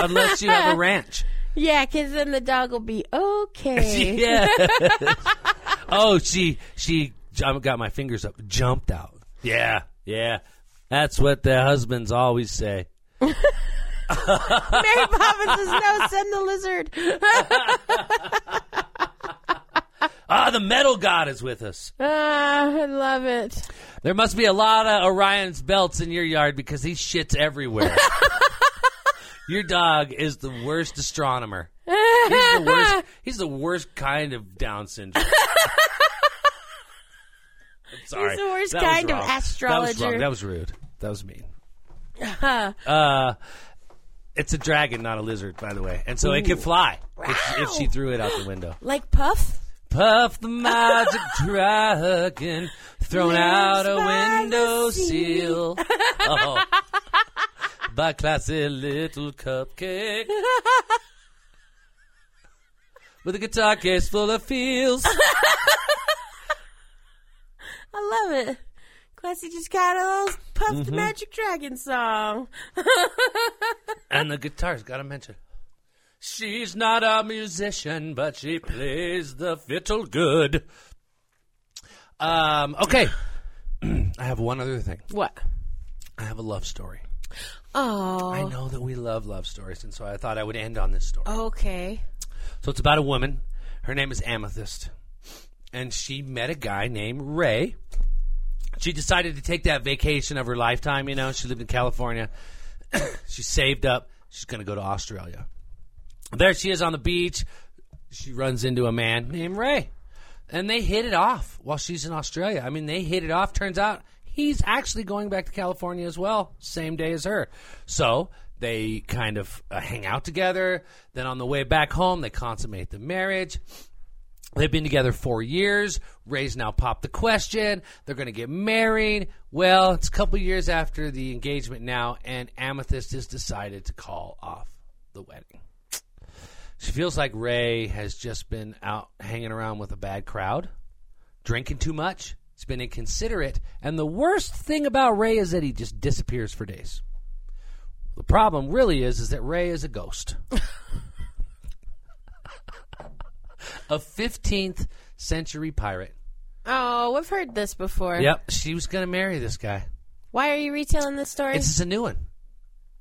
S2: unless you have a ranch.
S3: Yeah, because then the dog will be okay.
S2: yeah. oh, she she I got my fingers up, jumped out. Yeah, yeah. That's what the husbands always say.
S3: Mary Poppins says no, send the lizard.
S2: Ah, the metal god is with us.
S3: Ah, I love it.
S2: There must be a lot of Orion's belts in your yard because he shits everywhere. your dog is the worst astronomer. He's the worst, he's the worst kind of Down syndrome. I'm sorry.
S3: the worst
S2: That was
S3: kind of
S2: wrong. That was,
S3: astrologer.
S2: wrong. that was rude. That was mean. uh, it's a dragon, not a lizard, by the way. And so it could fly if, if she threw it out the window.
S3: Like Puff?
S2: Puff the magic dragon thrown out a
S3: by
S2: window
S3: the sea.
S2: seal. Oh. By classy little cupcake. With a guitar case full of feels.
S3: I love it. Classy just got a little Puff
S2: Mm-hmm.
S3: the Magic Dragon song.
S2: and the guitar's gotta mention. She's not a musician, but she plays the fiddle good. Um, okay. I have one other thing.
S3: What?
S2: I have a love story. I
S3: Oh.
S2: know that we love love stories, and so I thought I would end on this story.
S3: Okay.
S2: So it's about a woman. Her name is Amethyst. And she met a guy named Ray. She decided to take that vacation of her lifetime, you know. She lived in California. she saved up. She's going to go to Australia. There she is on the beach. She runs into a man named Ray. And they hit it off while she's in Australia. I mean, they hit it off. Turns out he's actually going back to California as well, same day as her. So they kind of uh, hang out together. Then on the way back home, they consummate the marriage. They've been together four years. Ray's now popped the question. They're going to get married. Well, it's a couple years after the engagement now, and Amethyst has decided to call off the wedding. She feels like Ray has just been out hanging around with a bad crowd, drinking too much. He's been inconsiderate. And the worst thing about Ray is that he just disappears for days. The problem really is is that Ray is a ghost. a 15th century pirate.
S3: Oh, we've heard this before.
S2: Yep, she was going to marry this guy.
S3: Why are you retelling this story?
S2: This is a new one.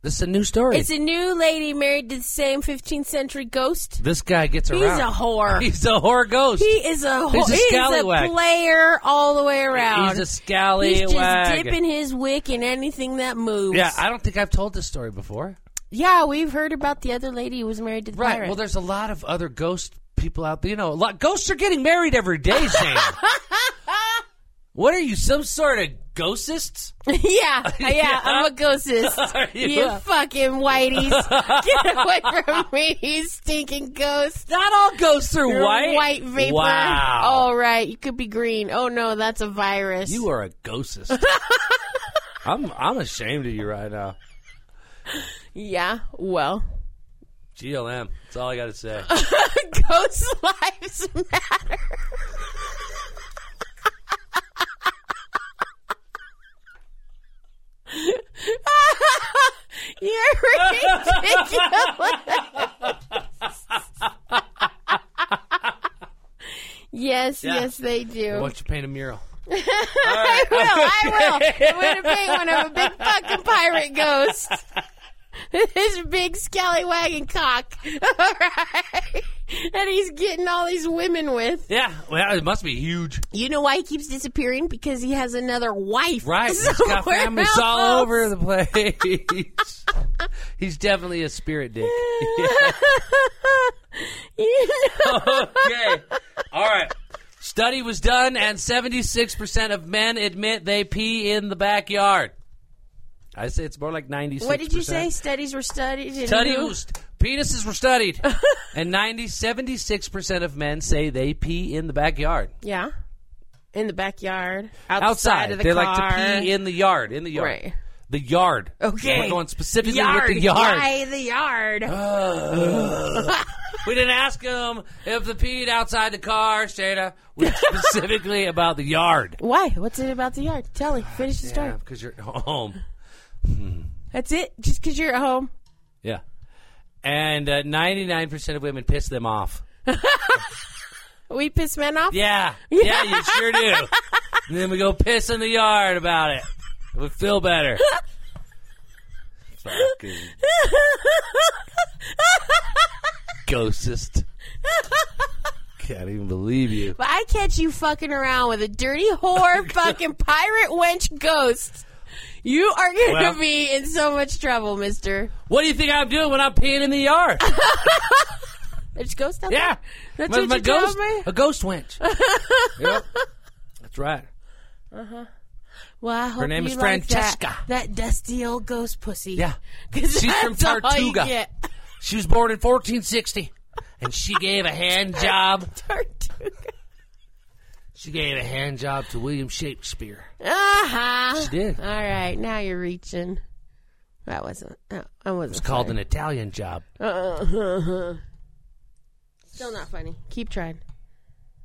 S2: This is a new story.
S3: It's a new lady married to the same 15th century ghost.
S2: this guy gets
S3: He's
S2: around.
S3: a whore.
S2: He's a whore ghost.
S3: He is a
S2: He's
S3: whore.
S2: a scallywag.
S3: player all the way around.
S2: He's a
S3: He's just
S2: scallywag.
S3: dipping his wick in anything that moves.
S2: Yeah, I don't think I've told this story before.
S3: yeah, we've heard about the other lady who was married to the
S2: Right.
S3: pirate.
S2: Well, there's a lot of other ghost people out there. You know, a lot ghosts are getting married every day, Sam. what are you, some sort of ghostist?
S3: yeah, yeah, I'm a ghostist.
S2: you?
S3: you? fucking whiteys. Get away from me, you stinking ghost.
S2: Not all ghosts are
S3: You're a
S2: white.
S3: White vapor. Oh.
S2: Wow.
S3: All right, you could be green. Oh no, that's a virus.
S2: You are a ghostist. I'm I'm ashamed of you right now.
S3: yeah, well.
S2: GLM. That's all I got to say.
S3: Ghost lives matter. You're ridiculous. yes, yes, they do.
S2: Why don't you paint a mural?
S3: I will. I will. I'm going to paint one of a big fucking pirate ghost. His big scallywagon cock. All right. And he's getting all these women with.
S2: Yeah. Well, it must be huge.
S3: You know why he keeps disappearing? Because he has another wife.
S2: Right. He's got
S3: somewhere
S2: families
S3: else.
S2: all over the place. He's definitely a spirit dick.
S3: You know-
S2: okay. All right. Study was done, and 76% of men admit they pee in the backyard. I say it's more like 96%.
S3: What did you say? Studies were studied. and
S2: Study
S3: who-
S2: was, penises were studied. and 90, 76% of men say they pee in the backyard.
S3: Yeah. In the backyard. Outside,
S2: Outside.
S3: of the
S2: they
S3: car.
S2: like to pee in the yard. In the yard.
S3: Right.
S2: The yard.
S3: Okay.
S2: We're going specifically
S3: yard.
S2: with the yard.
S3: Why the yard?
S2: Uh, We didn't ask them if they peed outside the car, Shada. We specifically about the yard.
S3: Why? What's it about the yard? Tell me. Finish the story.
S2: Yeah, because you're at home.
S3: That's it. Just because you're at home.
S2: Yeah. And uh, 99% of women piss them off.
S3: We piss men off.
S2: Yeah. Yeah, you sure do. and then we go piss in the yard about it. It would feel better. Fucking. Ghostist. Can't even believe you.
S3: But I catch you fucking around with a dirty whore, fucking pirate wench ghost. You are gonna
S2: Well-
S3: be in so much trouble, Mister.
S2: What do you think I'm doing when I'm peeing in the yard?
S3: There's ghosts out
S2: Yeah.
S3: there. That's
S2: My-
S3: what
S2: my
S3: you
S2: ghost,
S3: told me.
S2: A ghost wench. yep. That's right.
S3: Well, I hope
S2: name
S3: you
S2: is
S3: like
S2: Francesca.
S3: That, that dusty old ghost pussy.
S2: Yeah.
S3: 'Cause
S2: She's from
S3: that's all you
S2: Tortuga.
S3: get.
S2: She was born in 1460, and she gave a hand job.
S3: Tortuga.
S2: She gave a hand job to William Shakespeare.
S3: Uh huh.
S2: She did.
S3: All right, now you're reaching. That wasn't. oh, I wasn't.
S2: It's called an Italian job.
S3: Still not funny. Keep trying.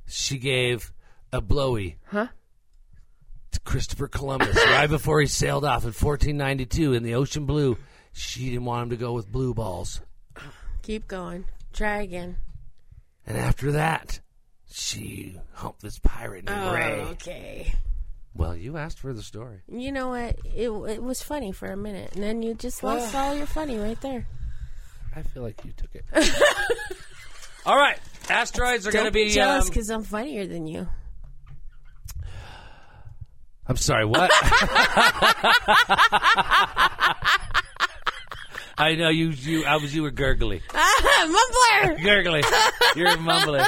S2: She gave a blowy
S3: Huh?
S2: to Christopher Columbus right before he sailed off in 1492 in the ocean blue. She didn't want him to go with blue balls.
S3: Keep going. Try again. Oh.
S2: And after that, she humped this pirate named Ray.
S3: okay.
S2: Well, you asked for the story.
S3: You know what? It it was funny for a minute, and then you just lost all your funny right there.
S2: I feel like you took it. All right, asteroids are going to
S3: Don't be,
S2: be.
S3: jealous
S2: um,
S3: because I'm funnier than you.
S2: I'm sorry, what? I know you. You, I was. You were gurgly,
S3: Mumbler,
S2: gurgly. You're mumbling.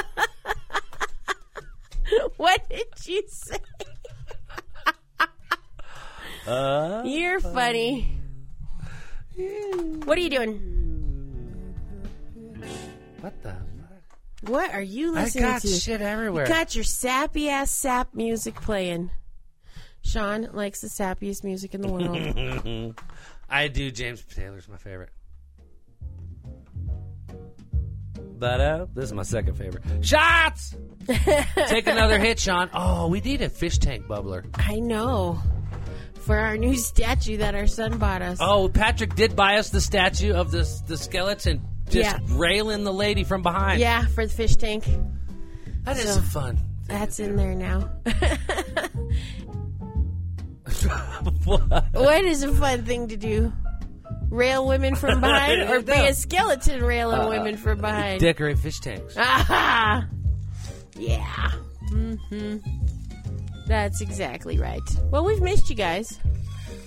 S3: what did you say?
S2: Uh,
S3: You're funny. What are you doing?
S2: What the?
S3: What are you
S2: I
S3: listening
S2: got
S3: to?
S2: shit everywhere.
S3: Got your sappy ass sap music playing. Sean likes the sappiest music in the world.
S2: I do. James Taylor's my favorite. But uh, this is my second favorite. Shots. Take another hit, Sean. Oh, we need a fish tank bubbler.
S3: I know. For our new statue that our son bought us.
S2: Oh, Patrick did buy us the statue of the the skeleton just
S3: Yeah.
S2: railing the lady from behind.
S3: Yeah, for the fish tank.
S2: that is
S3: so-
S2: fun.
S3: That's in there now.
S2: What?
S3: what is a fun thing to do? Rail women from behind or be
S2: No.
S3: a skeleton railing
S2: Uh,
S3: women from behind?
S2: Decorate fish tanks.
S3: Ah. Aha! Yeah. Mm-hmm. That's exactly right. Well, we've missed you guys.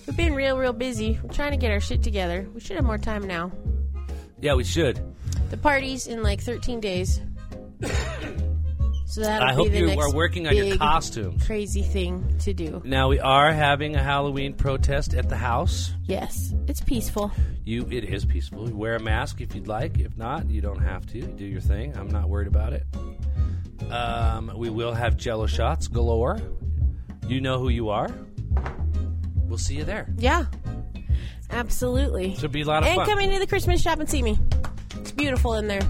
S3: We've been real, real busy. We're trying to get our shit together. We should have more time now.
S2: Yeah, we should.
S3: The party's in like 13 days. so that'll
S2: I
S3: be
S2: hope
S3: the
S2: you
S3: next
S2: are working on your
S3: big,
S2: costumes.
S3: Crazy thing to do.
S2: Now we are having a Halloween protest at the house.
S3: Yes, it's peaceful.
S2: You, it is peaceful. You wear a mask if you'd like. If not, you don't have to. You do your thing. I'm not worried about it. Um, we will have Jello shots galore. You know who you are. We'll see you there.
S3: Yeah, absolutely.
S2: Should be a lot of
S3: and
S2: fun.
S3: come into the Christmas shop and see me. It's beautiful in there.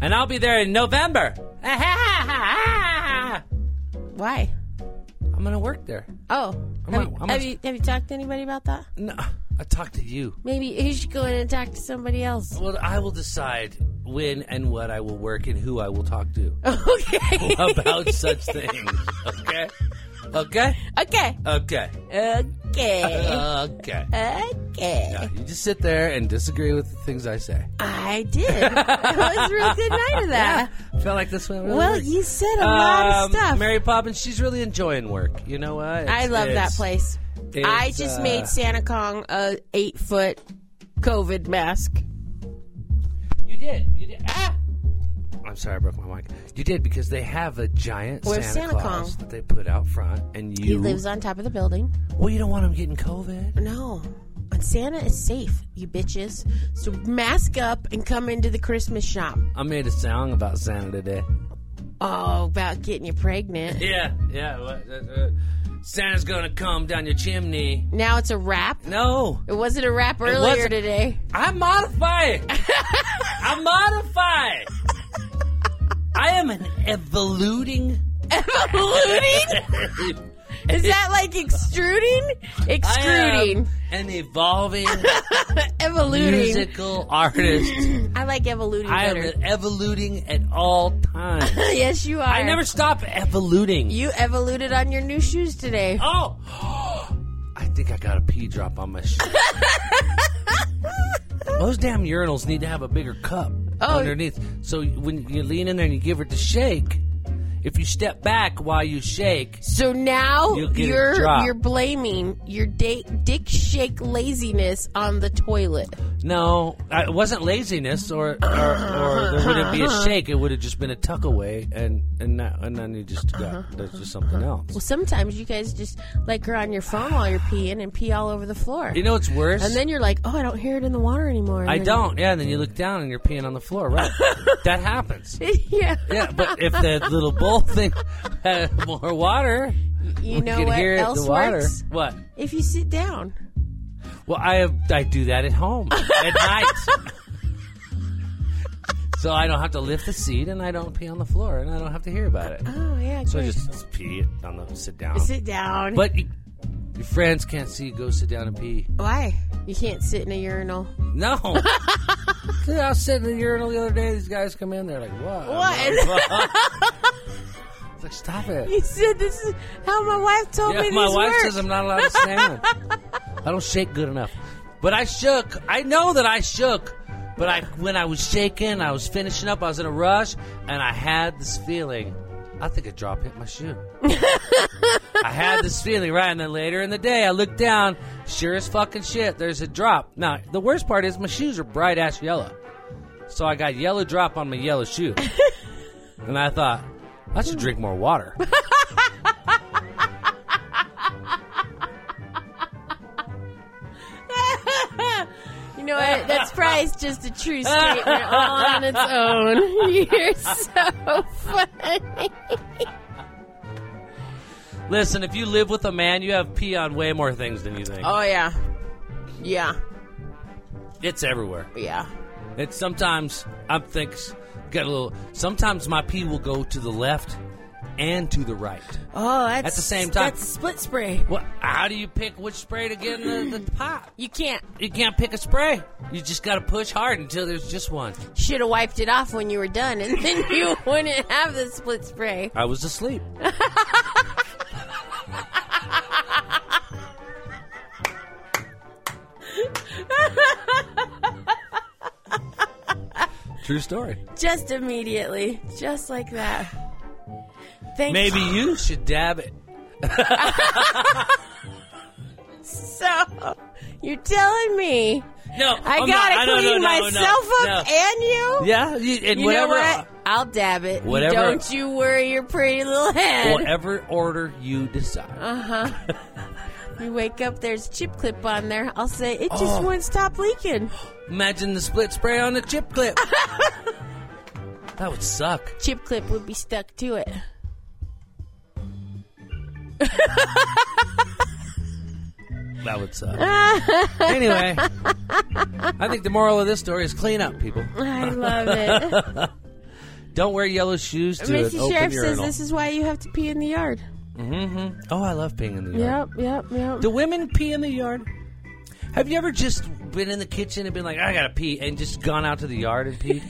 S2: and I'll be there in November.
S3: Why?
S2: I'm gonna work there.
S3: Oh,
S2: I'm
S3: have,
S2: a-
S3: you,
S2: I'm a-
S3: have, you, have you talked to anybody about that?
S2: No, I talk to you.
S3: Maybe you should go in and talk to somebody else.
S2: Well, I will decide when and what I will work and who I will talk to
S3: Okay.
S2: about such things. Okay. Okay.
S3: okay.
S2: Okay.
S3: Okay.
S2: Okay.
S3: Okay.
S2: Yeah, you just sit there and disagree with the things I say.
S3: I did. It was a real good night of that.
S2: I felt like this one. Really
S3: Well,
S2: worked.
S3: you said a lot of
S2: Um,
S3: stuff.
S2: Mary Poppins, she's really enjoying work. You know what? It's-
S3: I love that
S2: it's-
S3: place.
S2: it's,
S3: I just
S2: uh,
S3: made Santa Kong a eight foot COVID mask.
S2: You did. You did. Ah! I'm sorry, I broke my mic. You did because they have a giant
S3: Where's
S2: Santa,
S3: Santa
S2: Claus
S3: Kong?
S2: that they put out front, and you.
S3: He lives on top of the building.
S2: well, you don't want him getting COVID.
S3: No. And Santa is safe, you bitches. So mask up and come into the Christmas shop.
S2: I made a song about Santa today.
S3: Oh, about getting you pregnant.
S2: Yeah, yeah. What, uh, uh, Santa's gonna come down your chimney.
S3: Now it's a wrap.
S2: No,
S3: It wasn't a wrap earlier
S2: wasn't.
S3: today.
S2: I modify it. I modify. it. I am an evoluting.
S3: Polluting? Is that like extruding?
S2: I am
S3: Extruding.
S2: an evolving
S3: Evoluting.
S2: musical artist.
S3: I like evoluting
S2: I am
S3: better.
S2: evoluting at all times.
S3: yes, you are.
S2: I never stop evoluting.
S3: You evoluted on your new shoes today.
S2: oh, I think I got a pee drop on my shoe. Those damn urinals need to have a bigger cup
S3: Oh.
S2: underneath. So when you lean in there and you give it the shake, if you step back while you shake,
S3: So now
S2: You'll get a
S3: you're
S2: drop.
S3: you're blaming your da- dick shake laziness on the toilet.
S2: no, I- it wasn't laziness, or or, or there wouldn't be
S3: Uh-huh.
S2: a shake. It would have just been a tuck away, and and not, and then you just
S3: Uh-huh.
S2: got there's just something
S3: Well,
S2: else.
S3: sometimes you guys just like are on your phone while you're peeing and pee all over the floor.
S2: You know what's worse?
S3: and then you're like, oh, I don't hear it in the water anymore. And
S2: I
S3: then-
S2: don't. Yeah, and then you look down and you're peeing on the floor. Right? that happens.
S3: yeah.
S2: Yeah, but if the little bowl thing had more water,
S3: You
S2: we
S3: know
S2: could
S3: what
S2: hear
S3: else
S2: the water.
S3: works?
S2: What?
S3: If you sit down.
S2: Well, I have, I do that at home at night, so I don't have to lift the seat and I don't pee on the floor and I don't have to hear about it.
S3: Oh yeah.
S2: So I
S3: great.
S2: just pee on the sit down.
S3: sit down.
S2: But you, your friends can't see you go sit down and pee.
S3: Why? You can't sit in a urinal.
S2: No. Dude, I was sitting in the urinal the other day. These guys come in. They're like, "What?"
S3: What?
S2: It's like, stop it.
S3: He said, "This is how my wife told
S2: Yeah,
S3: me
S2: my
S3: these
S2: wife
S3: work."
S2: says I'm not allowed to stand. I don't shake good enough. But I shook. I know that I shook. But I, when I was shaking, I was finishing up. I was in a rush, and I had this feeling. I think a drop hit my shoe. I had this feeling, right? And then later in the day, I looked down. Sure as fucking shit, there's a drop. Now, the worst part is my shoes are bright ass yellow. So I got yellow drop on my yellow shoe. and I thought, I should drink more water.
S3: You know what? That's probably just a true statement all on its own. You're so funny.
S2: Listen, if you live with a man, you have pee on way more things than you think.
S3: Oh yeah, yeah,
S2: It's everywhere.
S3: yeah.
S2: It's sometimes I think got a little. Sometimes my pee will go to the left and to the right.
S3: Oh, that's
S2: At the same time-
S3: That's a split spray.
S2: What? How do you pick which spray to get in the, the pot?
S3: You can't.
S2: You can't pick a spray. You just got to push hard until there's just one.
S3: Should have wiped it off when you were done, and then you wouldn't have the split spray.
S2: I was asleep. True story.
S3: Just immediately, just like that. Thank
S2: Maybe
S3: you
S2: you should dab it.
S3: so. You're telling me
S2: No,
S3: I
S2: I'm
S3: gotta
S2: not- I don't-
S3: clean
S2: no, no, no,
S3: myself
S2: no.
S3: up and you.
S2: Yeah, you, and
S3: You
S2: whatever,
S3: know what? I'll dab it.
S2: whatever-
S3: Don't you worry your pretty little head.
S2: whatever order you decide.
S3: Uh-huh. You wake up, there's a chip clip on there. I'll say, it just
S2: Oh.
S3: won't stop leaking.
S2: Imagine the split spray on the chip clip. that would suck.
S3: Chip clip would be stuck to it.
S2: That would suck. anyway, I think the moral of this story is clean up, people.
S3: I love it. Don't
S2: Don't wear yellow shoes to an
S3: Mr.
S2: open
S3: Sheriff says
S2: urinal.
S3: this is why you have to pee in the yard.
S2: oh, I love peeing in the yard.
S3: Yep, yep, yep.
S2: Do women pee in the yard? Have you ever just been in the kitchen and been like, I gotta pee, and just gone out to the yard and peed?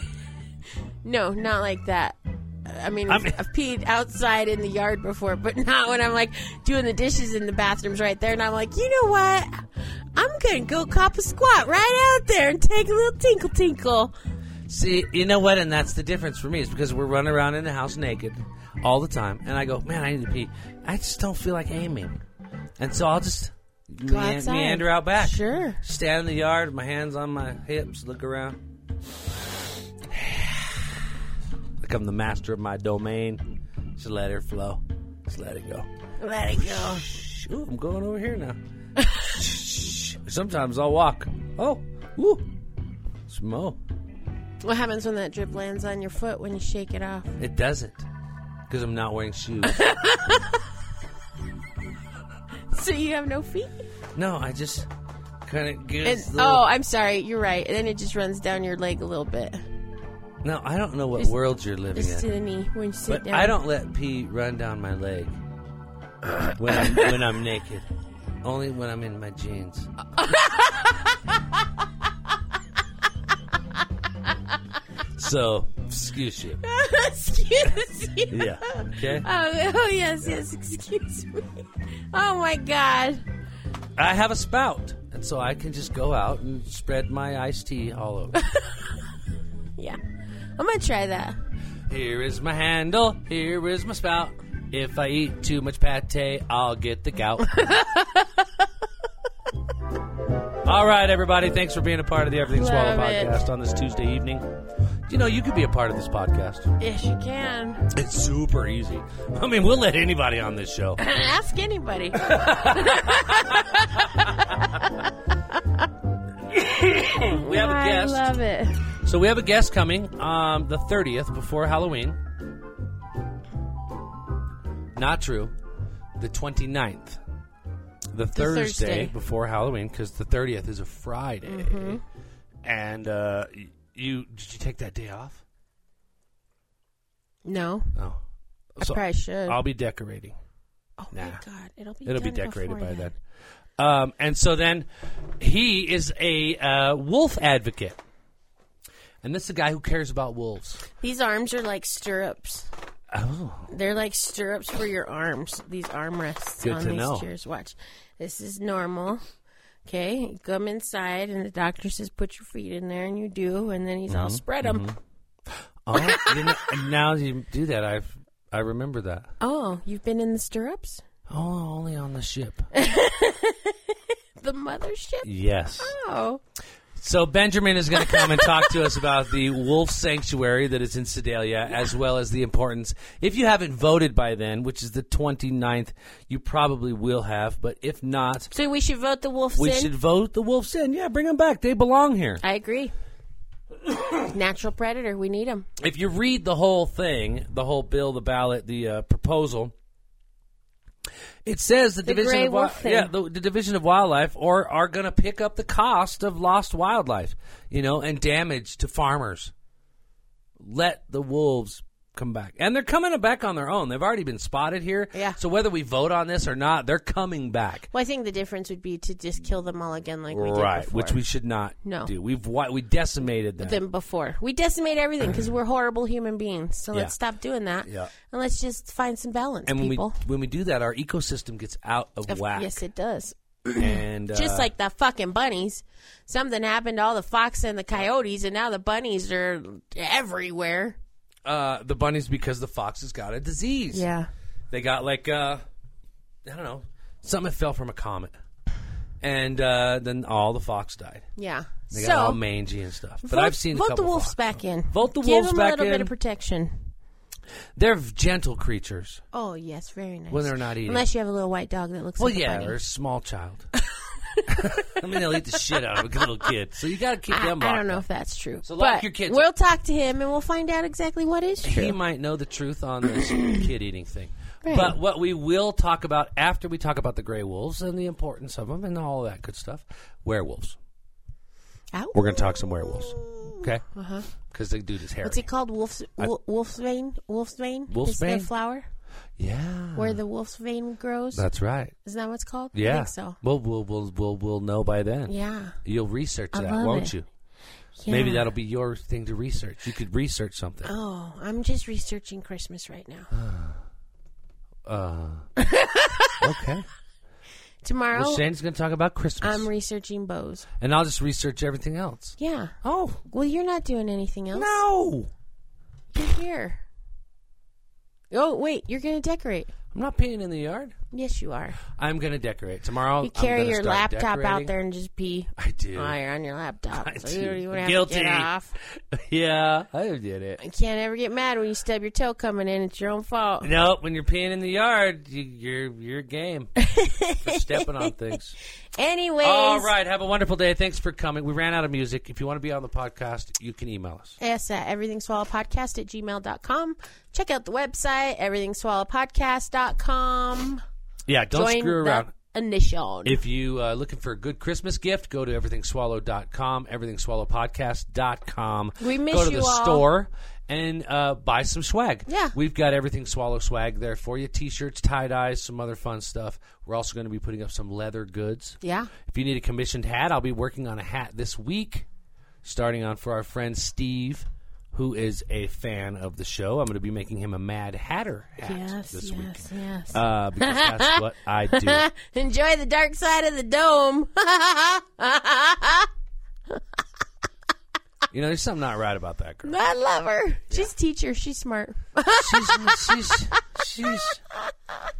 S3: No, not like that. I mean,
S2: I'm-
S3: I've peed outside in the yard before, but not when I'm like doing the dishes in the bathrooms right there. And I'm like, you know what? I'm going to go cop a squat right out there and take a little tinkle tinkle.
S2: See, you know what? And that's the difference for me is because we're running around in the house naked all the time, and I go, man, I need to pee. I just don't feel like aiming, and so I'll just
S3: Go
S2: mean-
S3: outside.
S2: meander out back.
S3: Sure.
S2: Stand in the yard, my hands on my hips, look around. like I'm the master of my domain. Just let it flow. Just let it go.
S3: Let it go.
S2: Ooh, I'm going over here now. Sometimes I'll walk. Oh, ooh, smoke.
S3: What happens when that drip lands on your foot when you shake it off?
S2: It doesn't. Because I'm not wearing shoes.
S3: So you have no feet?
S2: no, I just kind of
S3: And,
S2: gives.
S3: oh, I'm sorry. You're right. And then it just runs down your leg a little bit.
S2: no, I don't know what
S3: Just-
S2: world you're living
S3: Just
S2: in.
S3: to the knee when you sit
S2: But
S3: down.
S2: I don't let pee run down my leg when I'm, when I'm naked. Only when I'm in my jeans. so, excuse you.
S3: excuse you.
S2: Yeah. Okay.
S3: Oh, oh, yes, yes. Excuse me. Oh, my God.
S2: I have a spout, and so I can just go out and spread my iced tea all over.
S3: Yeah. I'm going to try that.
S2: Here is my handle. Here is my spout. If I eat too much pate, I'll get the gout. All right, everybody. Thanks for being a part of the Everything Swallow
S3: Love it.
S2: podcast on this Tuesday evening. Do You know, you could be a part of this podcast.
S3: Yes, you can.
S2: It's super easy. I mean, we'll let anybody on this show.
S3: Ask anybody.
S2: We have a
S3: I
S2: guest.
S3: love it.
S2: So we have a guest coming um, the 30th before Halloween. Not true. The 29th. The, Thursday,
S3: Thursday. Mm-hmm.
S2: before Halloween because the 30th is a Friday. And uh, y- you did you take that day off?
S3: No.
S2: No.
S3: I probably should.
S2: I'll be decorating.
S3: oh, my
S2: nah.
S3: God. It'll be
S2: It'll be
S3: done
S2: decorated
S3: before
S2: by then. Um, and so then he is a uh, wolf advocate. And this is a guy who cares about wolves.
S3: These arms are like stirrups.
S2: Oh,
S3: They're like stirrups for your arms. These armrests
S2: Good
S3: on
S2: to
S3: these
S2: know.
S3: chairs. Watch. This is normal. Okay, come inside, and the doctor says put your feet in there, and you do, and then he's all
S2: Mm-hmm.
S3: spread them.
S2: oh you know, and now you do that. I I remember that.
S3: Oh, you've been in the stirrups,
S2: Oh, only on the ship.
S3: the mothership.
S2: yes.
S3: Oh,
S2: So Benjamin is going to come and talk to us about the wolf sanctuary that is in Sedalia, as well as the importance. If you haven't voted by then, which is the 29th, you probably will have. But if not,
S3: so we should vote the wolves
S2: we
S3: in.
S2: should vote the wolves in. Yeah, bring them back. They belong here.
S3: I agree. Natural predator. We need him.
S2: if you read the whole thing, the whole bill, the ballot, the uh, proposal, it says the,
S3: The
S2: division
S3: gray
S2: of Wi-
S3: wolf thing.
S2: yeah, the, the division of wildlife or are going to pick up the cost of lost wildlife, you know, and damage to farmers. Let the wolves come back, and they're coming back on their own. They've already been spotted here.
S3: Yeah.
S2: So whether we vote on this or not, they're coming back.
S3: Well, I think the difference would be to just kill them all again, like we did
S2: Right,
S3: before.
S2: which we should not
S3: No.
S2: do. We've wi- we decimated them.
S3: than before. We decimate everything because we're horrible human beings. So
S2: Yeah.
S3: let's stop doing that.
S2: Yeah.
S3: And let's just find some balance,
S2: and when
S3: people.
S2: we when we do that, our ecosystem gets out of,
S3: Of-
S2: whack.
S3: Yes, it does.
S2: and uh,
S3: Just like the fucking bunnies. Something happened to all the fox and the coyotes, and now the bunnies are everywhere.
S2: uh, the bunnies because the foxes got a disease. They got like uh, I don't know, something that fell from a comet, and uh, then all the fox died.
S3: Yeah.
S2: They
S3: so,
S2: got all mangy and stuff. But
S3: vote,
S2: I've seen a
S3: vote the
S2: couple
S3: wolves
S2: fox-
S3: back in.
S2: Vote the
S3: Give
S2: wolves
S3: them
S2: back
S3: a little
S2: in.
S3: bit of protection.
S2: They're gentle creatures.
S3: Oh yes, very nice.
S2: When they're not eating.
S3: unless you have a little white dog that looks.
S2: Well,
S3: like
S2: yeah,
S3: a bunny.
S2: or a small child. I mean, they'll eat the shit out of a little kid. So you got to keep
S3: I,
S2: them.
S3: I
S2: locked
S3: don't know
S2: up.
S3: if that's true.
S2: So lock
S3: but
S2: your kids
S3: We'll
S2: up.
S3: talk to him and we'll find out exactly what is true.
S2: he might know the truth on this kid eating thing.
S3: Right.
S2: But what we will talk about after we talk about the gray wolves and the importance of them and all that good stuff, werewolves.
S3: Ow.
S2: We're going to talk some werewolves. Okay? Uh-huh. Because the dude is hairy.
S3: What's it called? Wolf's wo- wolf's vein. Wolf's vein.
S2: Wolf's
S3: is
S2: vein?
S3: the flower
S2: Yeah.
S3: where the wolf's vein grows.
S2: That's right.
S3: Isn't that what it's called? I
S2: Yeah.
S3: think so.
S2: We'll, we'll, we'll, we'll, we'll know by then.
S3: Yeah.
S2: You'll research
S3: I
S2: that,
S3: love
S2: won't
S3: it.
S2: you? Maybe
S3: Yeah.
S2: that'll be your thing to research. You could research something.
S3: Oh, I'm just researching Christmas right now.
S2: Uh, okay.
S3: Tomorrow,
S2: Well, Shane's going to talk about Christmas.
S3: I'm researching bows.
S2: and I'll just research everything else.
S3: Yeah.
S2: Oh,
S3: Well, you're not doing anything else.
S2: no.
S3: You're here. Oh wait, you're gonna decorate.
S2: I'm not peeing in the yard.
S3: Yes, you are.
S2: I'm gonna decorate tomorrow.
S3: You carry
S2: I'm gonna
S3: your
S2: start
S3: laptop out
S2: decorating.
S3: there and just pee.
S2: I do.
S3: Oh, you're on your laptop.
S2: I
S3: so you
S2: do.
S3: don't even have to
S2: Guilty.
S3: get off.
S2: yeah, I did it.
S3: You can't ever get mad when you stub your toe coming in. It's your own fault.
S2: Nope. When you're peeing in the yard, you, you're you're game for stepping on things.
S3: Anyways,
S2: All right. Have a wonderful day. Thanks for coming. We ran out of music. If you want to be on the podcast, you can email us.
S3: Yes, at everything swallow podcast at gmail.com. Check out the website, everything swallow podcast.com.
S2: Yeah. Don't
S3: Join
S2: screw
S3: the
S2: around.
S3: initial.
S2: If you uh, looking for a good Christmas gift, go to everythingswallow.com, everythingswallowpodcast.com.
S3: We miss
S2: Go to
S3: you
S2: the
S3: all.
S2: store and uh, buy some swag.
S3: Yeah.
S2: We've got Everything Swallow swag there for you. T-shirts, tie-dyes, some other fun stuff. We're also going to be putting up some leather goods.
S3: yeah.
S2: If you need a commissioned hat, I'll be working on a hat this week, starting on for our friend Steve, who is a fan of the show. I'm going to be making him a Mad Hatter hat
S3: Yes,
S2: this
S3: yes,
S2: week.
S3: yes.
S2: Uh, because that's what I do.
S3: Enjoy the dark side of the dome.
S2: You know, there's something not right about that girl.
S3: I love her. She's a teacher. She's smart.
S2: she's she's she's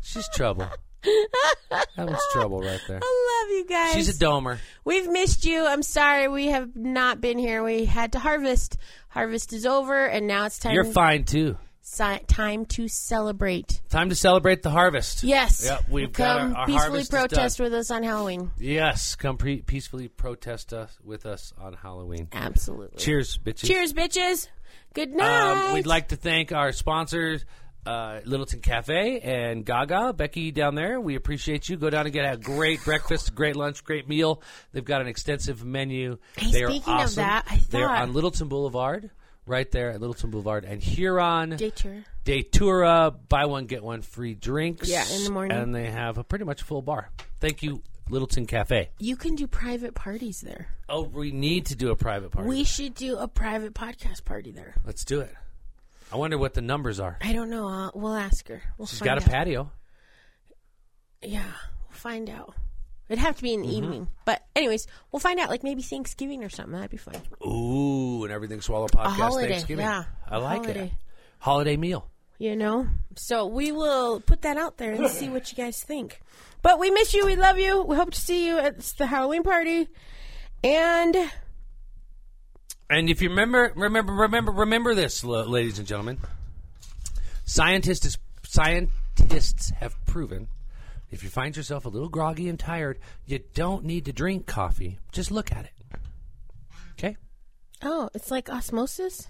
S2: she's trouble. That one's trouble right there.
S3: I love you guys.
S2: She's a domer.
S3: We've missed you. I'm sorry we have not been here. We had to harvest. Harvest is over, and now it's time
S2: You're fine too.
S3: si- time to celebrate.
S2: Time to celebrate the harvest.
S3: Yes.
S2: Yep, we've got
S3: come
S2: our- our
S3: peacefully
S2: harvest is
S3: protest with us on Halloween.
S2: Yes, come pre- peacefully protest us with us on Halloween.
S3: Absolutely.
S2: Cheers, bitches.
S3: Cheers, bitches. Good night.
S2: Um, we'd like to thank our sponsors, uh, Littleton Cafe and Gaga, Becky down there. We appreciate you. Go down and get a great breakfast, great lunch, great meal. They've got an extensive menu.
S3: Hey,
S2: they are
S3: speaking of
S2: awesome.
S3: that, I
S2: they're
S3: thought-
S2: on Littleton Boulevard, right there at Littleton Boulevard and Huron.
S3: Dater.
S2: Daytura, buy one get one free drinks.
S3: Yeah, in the morning.
S2: and they have a pretty much full bar. Thank you, Littleton Cafe.
S3: You can do private parties there.
S2: Oh, we need to do a private party.
S3: We should do a private podcast party there.
S2: Let's do it. I wonder what the numbers are.
S3: I don't know. Uh, we'll ask her. We'll
S2: She's
S3: find
S2: got a
S3: out.
S2: patio.
S3: Yeah, we'll find out. It'd have to be in
S2: Mm-hmm.
S3: the evening. But anyways, we'll find out. Like maybe Thanksgiving or something. That'd be fun.
S2: Ooh, and everything swallow podcast
S3: holiday,
S2: Thanksgiving.
S3: yeah.
S2: I like it.
S3: Holiday.
S2: Holiday meal.
S3: You know. So we will put that out there and see what you guys think. But we miss you. We love you. We hope to see you at the Halloween party. And
S2: And if you remember, remember, remember, remember this, l- ladies and gentlemen. Scientists is, scientists have proven if you find yourself a little groggy and tired, you don't need to drink coffee. Just look at it. Okay.
S3: oh, it's like osmosis.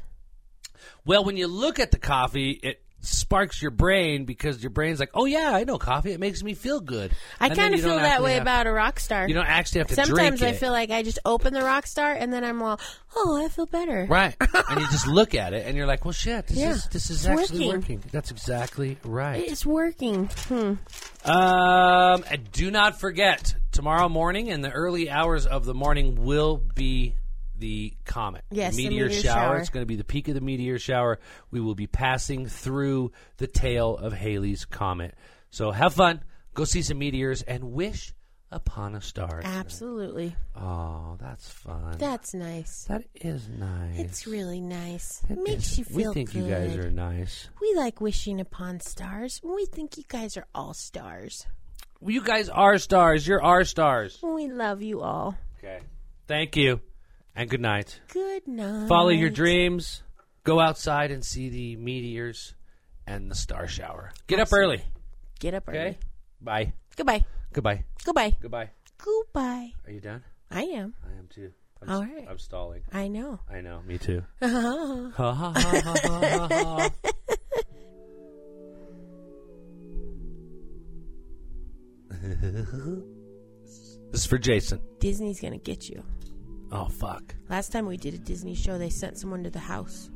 S2: Well, when you look at the coffee, it sparks your brain because your brain's like, "Oh yeah, I know coffee. It makes me feel good."
S3: I
S2: And then
S3: kind of
S2: you don't
S3: feel that
S2: actually
S3: way
S2: have-
S3: about a rock star.
S2: You don't actually have to drink
S3: Sometimes I
S2: it.
S3: feel like I just open the rock star and then I'm all, oh, I feel better.
S2: Right. and you just look at it and you're like, well, shit, this
S3: Yeah.
S2: is, this is
S3: It's
S2: actually working.
S3: working.
S2: That's exactly right.
S3: It's working. Hmm.
S2: Um, and do not forget, tomorrow morning in the early hours of the morning will be the comet.
S3: Yes, the
S2: meteor,
S3: meteor
S2: shower.
S3: shower.
S2: It's going to be the peak of the meteor shower. We will be passing through the tail of Halley's Comet. So have fun. Go see some meteors and wish upon a star.
S3: Absolutely.
S2: Oh, that's fun.
S3: That's nice.
S2: that is nice.
S3: It's really nice.
S2: It
S3: Makes
S2: is-
S3: you feel
S2: We think
S3: good.
S2: you guys are nice.
S3: We like wishing upon stars. We think you guys are all stars.
S2: Well, you guys are stars. You're our stars.
S3: We love you all.
S2: Okay. Thank you. And good night.
S3: Good night.
S2: Follow your dreams. Go outside and see the meteors and the star shower. Get up early.
S3: Get up early.
S2: Okay. Bye.
S3: Goodbye.
S2: Goodbye.
S3: Goodbye.
S2: Goodbye.
S3: Goodbye.
S2: Are you done?
S3: I am.
S2: I am too. I'm
S3: All right.
S2: I'm stalling.
S3: I know.
S2: I know. Me too. this is for Jason.
S3: Disney's going to get you.
S2: Oh fuck.
S3: Last time we did a Disney show, they sent someone to the house,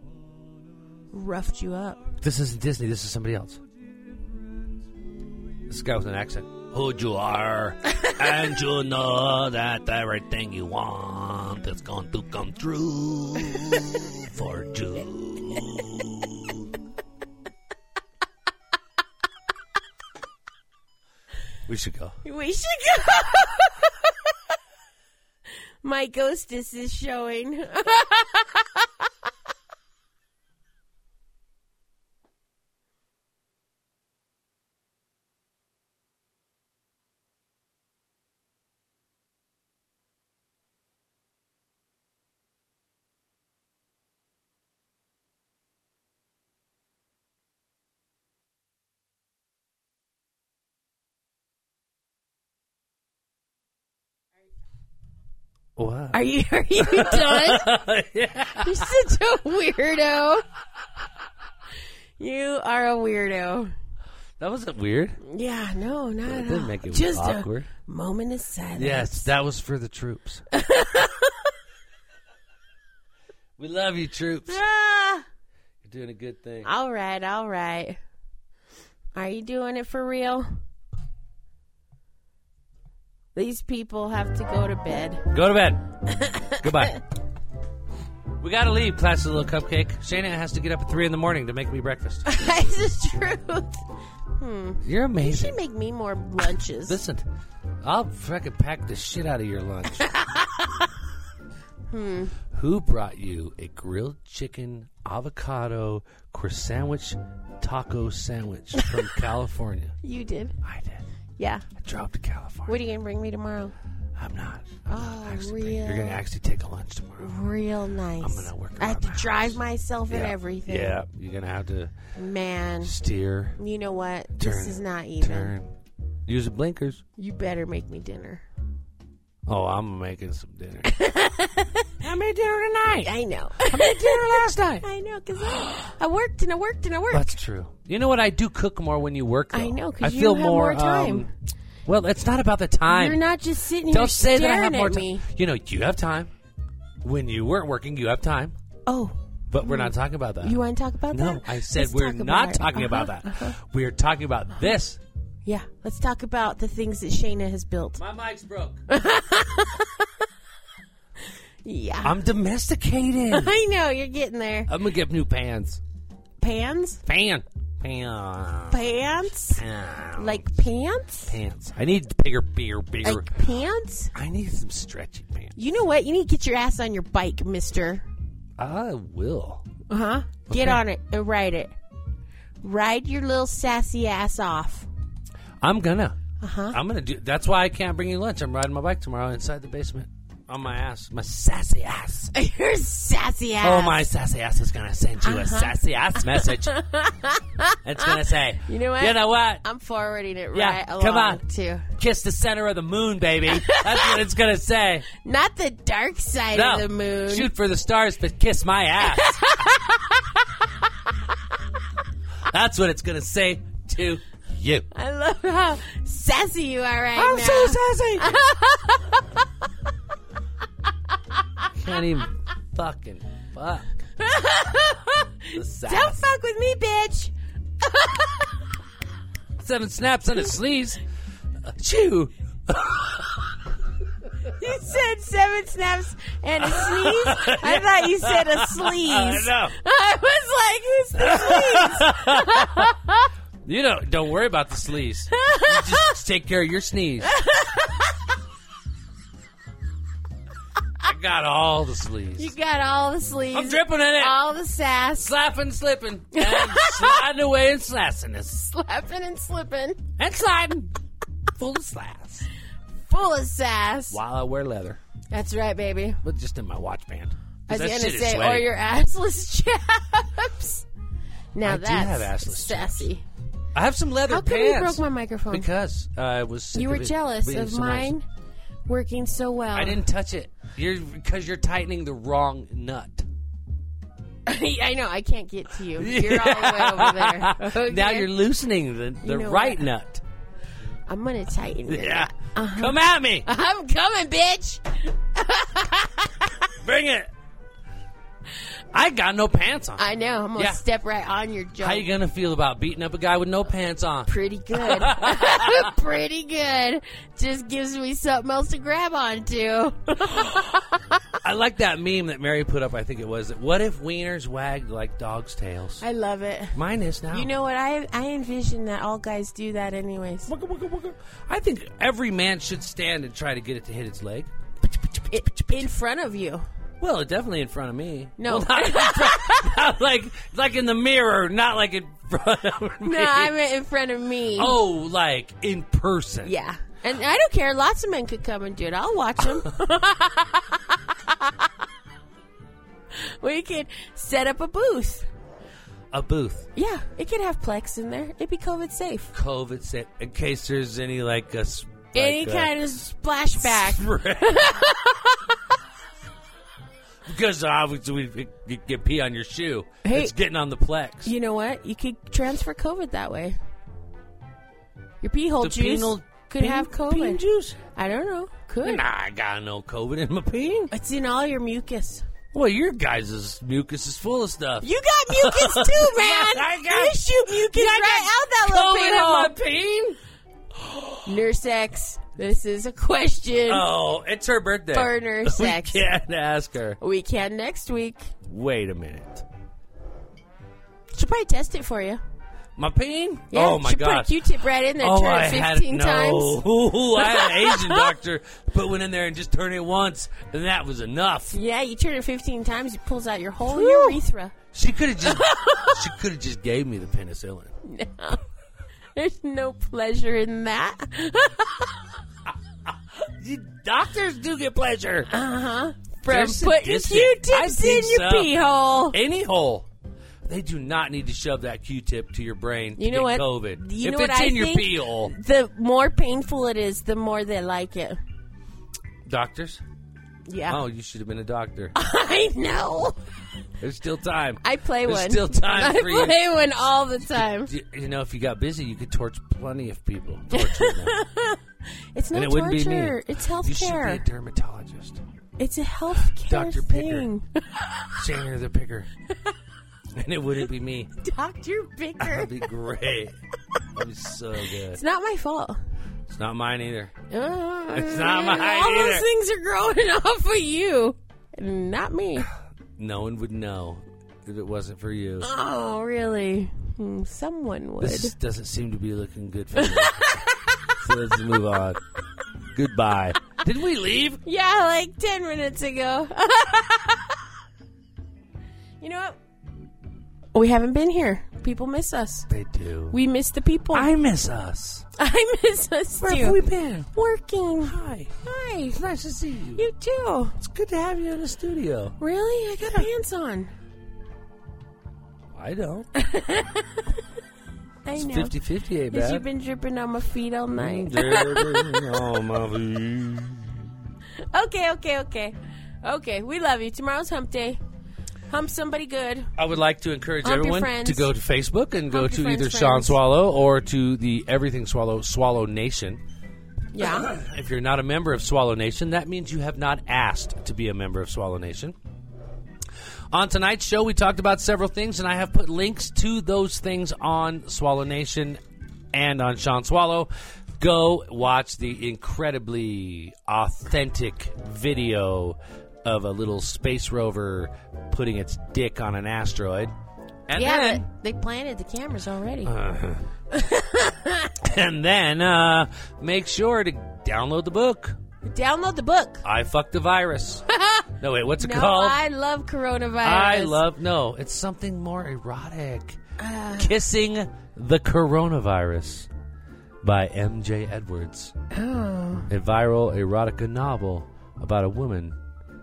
S3: roughed you up.
S2: This isn't Disney. This is somebody else. This guy with an accent. Who you are, and you know that everything you want is going to come true for you. We should go.
S3: We should go. My ghostess is showing.
S2: Wow.
S3: Are you are you done? You're such a weirdo. You are a weirdo.
S2: That wasn't weird.
S3: Yeah, no, not
S2: That
S3: at
S2: didn't
S3: all.
S2: make it
S3: Just
S2: awkward.
S3: a moment of silence.
S2: uh, Yes, that was for the troops. we love you, troops. You're
S3: Ah,
S2: doing a good thing.
S3: all right, all right. Are you doing it for real? These people have to go to bed.
S2: Go to bed. Goodbye. We gotta leave, class of the little cupcake. Shayna has to get up at three in the morning to make me breakfast.
S3: That's the truth.
S2: You're
S3: You should
S2: amazing.
S3: make me more lunches.
S2: Listen, I'll fucking pack the shit out of your lunch.
S3: Hmm.
S2: Who brought you a grilled chicken avocado croissant sandwich taco sandwich from California?
S3: you did.
S2: I did.
S3: Yeah.
S2: I dropped to California.
S3: What are you going to bring me tomorrow?
S2: I'm not. I'm not
S3: Oh,
S2: actually bringing- You're gonna
S3: real.
S2: actually take a lunch tomorrow.
S3: Real nice.
S2: I'm gonna work
S3: I have
S2: around
S3: to
S2: my
S3: drive
S2: house.
S3: myself and
S2: Yeah.
S3: everything.
S2: Yeah, you're gonna have to
S3: Man,
S2: steer.
S3: you know what?
S2: Turn,
S3: this is not even.
S2: Turn. Use the blinkers.
S3: You better make me dinner.
S2: Oh, I'm making some dinner.
S3: I made dinner tonight. I know. I
S2: made dinner last night.
S3: I know, because I, I worked and I worked and I worked.
S2: That's true. You know what? I do cook more when you work. Though.
S3: I know, 'cause
S2: I
S3: you
S2: feel
S3: have
S2: more,
S3: more time.
S2: um, well, it's not about the time.
S3: You're not just sitting here
S2: Don't say that I
S3: staring
S2: have more
S3: at
S2: time.
S3: me.
S2: You know, you have time. When you weren't working, you have time.
S3: Oh,
S2: But we're not talking about that.
S3: you want to talk about
S2: no,
S3: that?
S2: I said
S3: Let's
S2: we're
S3: talk about
S2: not
S3: it.
S2: talking about
S3: Uh-huh,
S2: that.
S3: uh-huh.
S2: We're talking about this.
S3: Yeah, let's talk about the things that Shayna has built.
S2: My mic's broke.
S3: Yeah.
S2: I'm domesticated. Uh,
S3: I know, you're getting there.
S2: I'm gonna get new pants.
S3: Pans?
S2: Pan. Pan.
S3: Pants? Like pants?
S2: pants. I need bigger beer, bigger.
S3: Like pants?
S2: I need some stretchy pants.
S3: You know what? You need to get your ass on your bike, mister.
S2: I will.
S3: Uh huh. Get on it and ride it. Ride your little sassy ass off.
S2: I'm gonna. Uh-huh. I'm gonna do. That's why I can't bring you lunch. I'm riding my bike tomorrow inside the basement on my ass, my sassy ass.
S3: your sassy ass. Uh-huh.
S2: Oh, my sassy ass is gonna send you a sassy ass message. it's gonna say,
S3: You know what?
S2: You know what?
S3: I'm forwarding it
S2: Yeah,
S3: right along
S2: come on.
S3: too.
S2: Kiss the center of the moon, baby. That's what it's gonna say.
S3: Not the dark side
S2: No,
S3: of the moon.
S2: shoot for the stars, but kiss my ass. That's what it's gonna say to you.
S3: I love how sassy you are right now.
S2: sassy. Can't even fucking fuck. The sass.
S3: Don't fuck with me, bitch.
S2: Seven snaps on his sleeves. Chew.
S3: You said seven snaps and a sneeze. I thought you said a sleaze.
S2: know.
S3: I was like, who's the sleaze?
S2: You don't don't worry about the sleeves. You just take care of your sneeze. I got all the sleeves.
S3: You got all the sleaze.
S2: I'm dripping in it.
S3: All the sass.
S2: Slapping, slipping, and sliding away and slassing us.
S3: Slapping and slipping.
S2: And sliding. Full of slass.
S3: Full of sass.
S2: While I wear leather.
S3: That's right, baby.
S2: But just in my watch band. 'Cause
S3: I was
S2: that
S3: gonna
S2: shit is
S3: say, or
S2: sweaty.
S3: your assless chaps. Now
S2: I do
S3: that's
S2: have assless chaps.
S3: sassy.
S2: I have some leather
S3: How come you
S2: pants.
S3: broke my microphone?
S2: Because I was. Sick
S3: you
S2: of
S3: were
S2: it
S3: jealous
S2: being
S3: of
S2: so nice.
S3: mine Oh. working so well.
S2: I didn't touch it. You're because you're tightening the wrong nut.
S3: I know. I can't get to you. You're all the way over there. Okay?
S2: Now you're loosening the, the
S3: know
S2: right
S3: what? Uh-huh.
S2: nut.
S3: I'm gonna tighten. it.
S2: Yeah. Come at me.
S3: I'm coming, bitch.
S2: Bring it. I got no pants on.
S3: I know. I'm gonna
S2: Yeah.
S3: step right on your jaw.
S2: How you gonna feel about beating up a guy with no pants on?
S3: Pretty good. Pretty good. Just gives me something else to grab onto.
S2: I like that meme that Mary put up. I think it was. that What if wieners wagged like dogs' tails?
S3: I love it.
S2: Mine is now.
S3: You know what? I I envision that all guys do that anyways.
S2: Wugga, wugga, wugga. I think every man should stand and try to get it to hit its leg.
S3: I- in front of you.
S2: Well, definitely in front of me.
S3: No.
S2: Well, not, in front- not like like in the mirror, not like in front of me.
S3: No, I meant in front of me.
S2: oh, like in person.
S3: Yeah. And I don't care. Lots of men could come and do it. I'll watch them. we could set up a booth.
S2: A booth,
S3: Yeah, it could have Plex in there. It'd be COVID safe.
S2: COVID set, in case there's any like a s-
S3: Any
S2: like, uh,
S3: kind of splashback.
S2: because obviously we you get pee on your shoe.
S3: Hey.
S2: It's getting on the plex.
S3: You know what? You could transfer COVID that way. Your pee hole
S2: The
S3: juice
S2: penal-
S3: could
S2: peen-
S3: have COVID.
S2: peen juice.
S3: I don't know. Could.
S2: Nah, I got no COVID in my peen.
S3: It's in all your mucus.
S2: Well, your guys' mucus is full of stuff.
S3: You got mucus too, man.
S2: I got-
S3: you shoot mucus
S2: I
S3: right out that little pee hole.
S2: COVID in my peen.
S3: Nursex, this is a question.
S2: Oh, it's her birthday.
S3: Burner sex.
S2: We can't ask her.
S3: We can next week.
S2: Wait a minute.
S3: She'll probably test it for you.
S2: My peen?
S3: Yeah,
S2: oh my
S3: she'll
S2: god.
S3: Put a Q-tip right in there.
S2: oh,
S3: turn
S2: I
S3: it
S2: had
S3: fifteen
S2: no.
S3: times.
S2: Ooh, I had an Asian doctor put one in there and just turn it once, and that was enough.
S3: Yeah, you turn it fifteen times. It pulls out your whole urethra.
S2: She could have just she could have just gave me the penicillin.
S3: There's no pleasure in that.
S2: You- doctors do get pleasure.
S3: From
S2: They're
S3: putting
S2: sadistic. I
S3: Q-tips in
S2: think
S3: your
S2: so.
S3: pee hole.
S2: Any hole. They do not need to shove that Q-tip to your brain. to
S3: You know
S2: get
S3: what?
S2: COVID.
S3: You
S2: if
S3: know what
S2: it's
S3: I
S2: in your
S3: think?
S2: pee hole,
S3: The more painful it is, the more they like it.
S2: doctors.
S3: Yeah,
S2: Oh, you should have been a doctor.
S3: I know.
S2: There's still time.
S3: I play
S2: There's
S3: one.
S2: still time
S3: I
S2: for you.
S3: play one all the time.
S2: You, you know, if you got busy, you could torch plenty of people. Torture them.
S3: It's not
S2: and it
S3: torture.
S2: wouldn't be me.
S3: It's
S2: You should be a
S3: healthcare.
S2: dermatologist.
S3: It's a healthcare
S2: Dr. Picker.
S3: thing.
S2: Sander the Picker. and it wouldn't be me.
S3: Dr. Picker.
S2: That'd be great. That'd be so good.
S3: It's not my fault.
S2: It's not mine either.
S3: It's
S2: not mine
S3: Uh, All
S2: either.
S3: those things are growing off of you. Not me.
S2: No one would know. if it wasn't for you.
S3: Oh, really? Hmm, someone would.
S2: This doesn't seem to be looking good for me. so let's move on. Goodbye. Didn't we leave?
S3: Yeah, like 10 minutes ago. you know what? We haven't been here. People miss us.
S2: They do.
S3: We miss the people.
S2: I miss us.
S3: I miss us
S2: Where
S3: too.
S2: have we been?
S3: Working.
S2: Hi.
S3: Hi.
S2: It's nice to see you.
S3: You too.
S2: It's good to have you in the studio.
S3: Really? I got pants on.
S2: I don't.
S3: I
S2: It's eh,
S3: know.
S2: 50 50, ain't
S3: Because you've
S2: bad.
S3: been dripping on my feet all night.
S2: Oh, my Mm.
S3: okay, okay, okay. Okay, we love you. Tomorrow's hump day. Hump somebody good.
S2: I would like to encourage
S3: Hump your
S2: everyone
S3: friends.
S2: to go to Facebook and go
S3: Hump your
S2: to either
S3: friends'
S2: Sean
S3: friends.
S2: Swallow or to the Everything Swallow Swallow Nation.
S3: Yeah.
S2: If you're not a member of Swallow Nation, that means you have not asked to be a member of Swallow Nation. On tonight's show, we talked about several things, and I have put links to those things on Swallow Nation and on Sean Swallow. Go watch the incredibly authentic video of a little space rover putting its dick on an asteroid. And
S3: yeah,
S2: then,
S3: but they planted the cameras already.
S2: Uh-huh. and then uh, make sure to download the book.
S3: Download the book.
S2: I fucked the virus. no, wait, what's it
S3: No,
S2: called?
S3: I love coronavirus.
S2: I love no. It's something more erotic.
S3: Uh.
S2: Kissing the coronavirus by M.J. Edwards,
S3: Oh.
S2: a viral erotica novel about a woman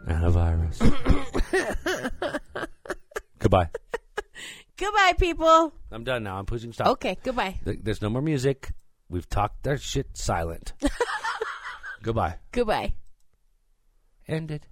S2: and a virus. goodbye.
S3: Goodbye, people.
S2: I'm done now. I'm pushing stop.
S3: Okay, goodbye.
S2: Th- There's no more music. We've talked our shit silent. goodbye.
S3: Goodbye.
S2: Ended.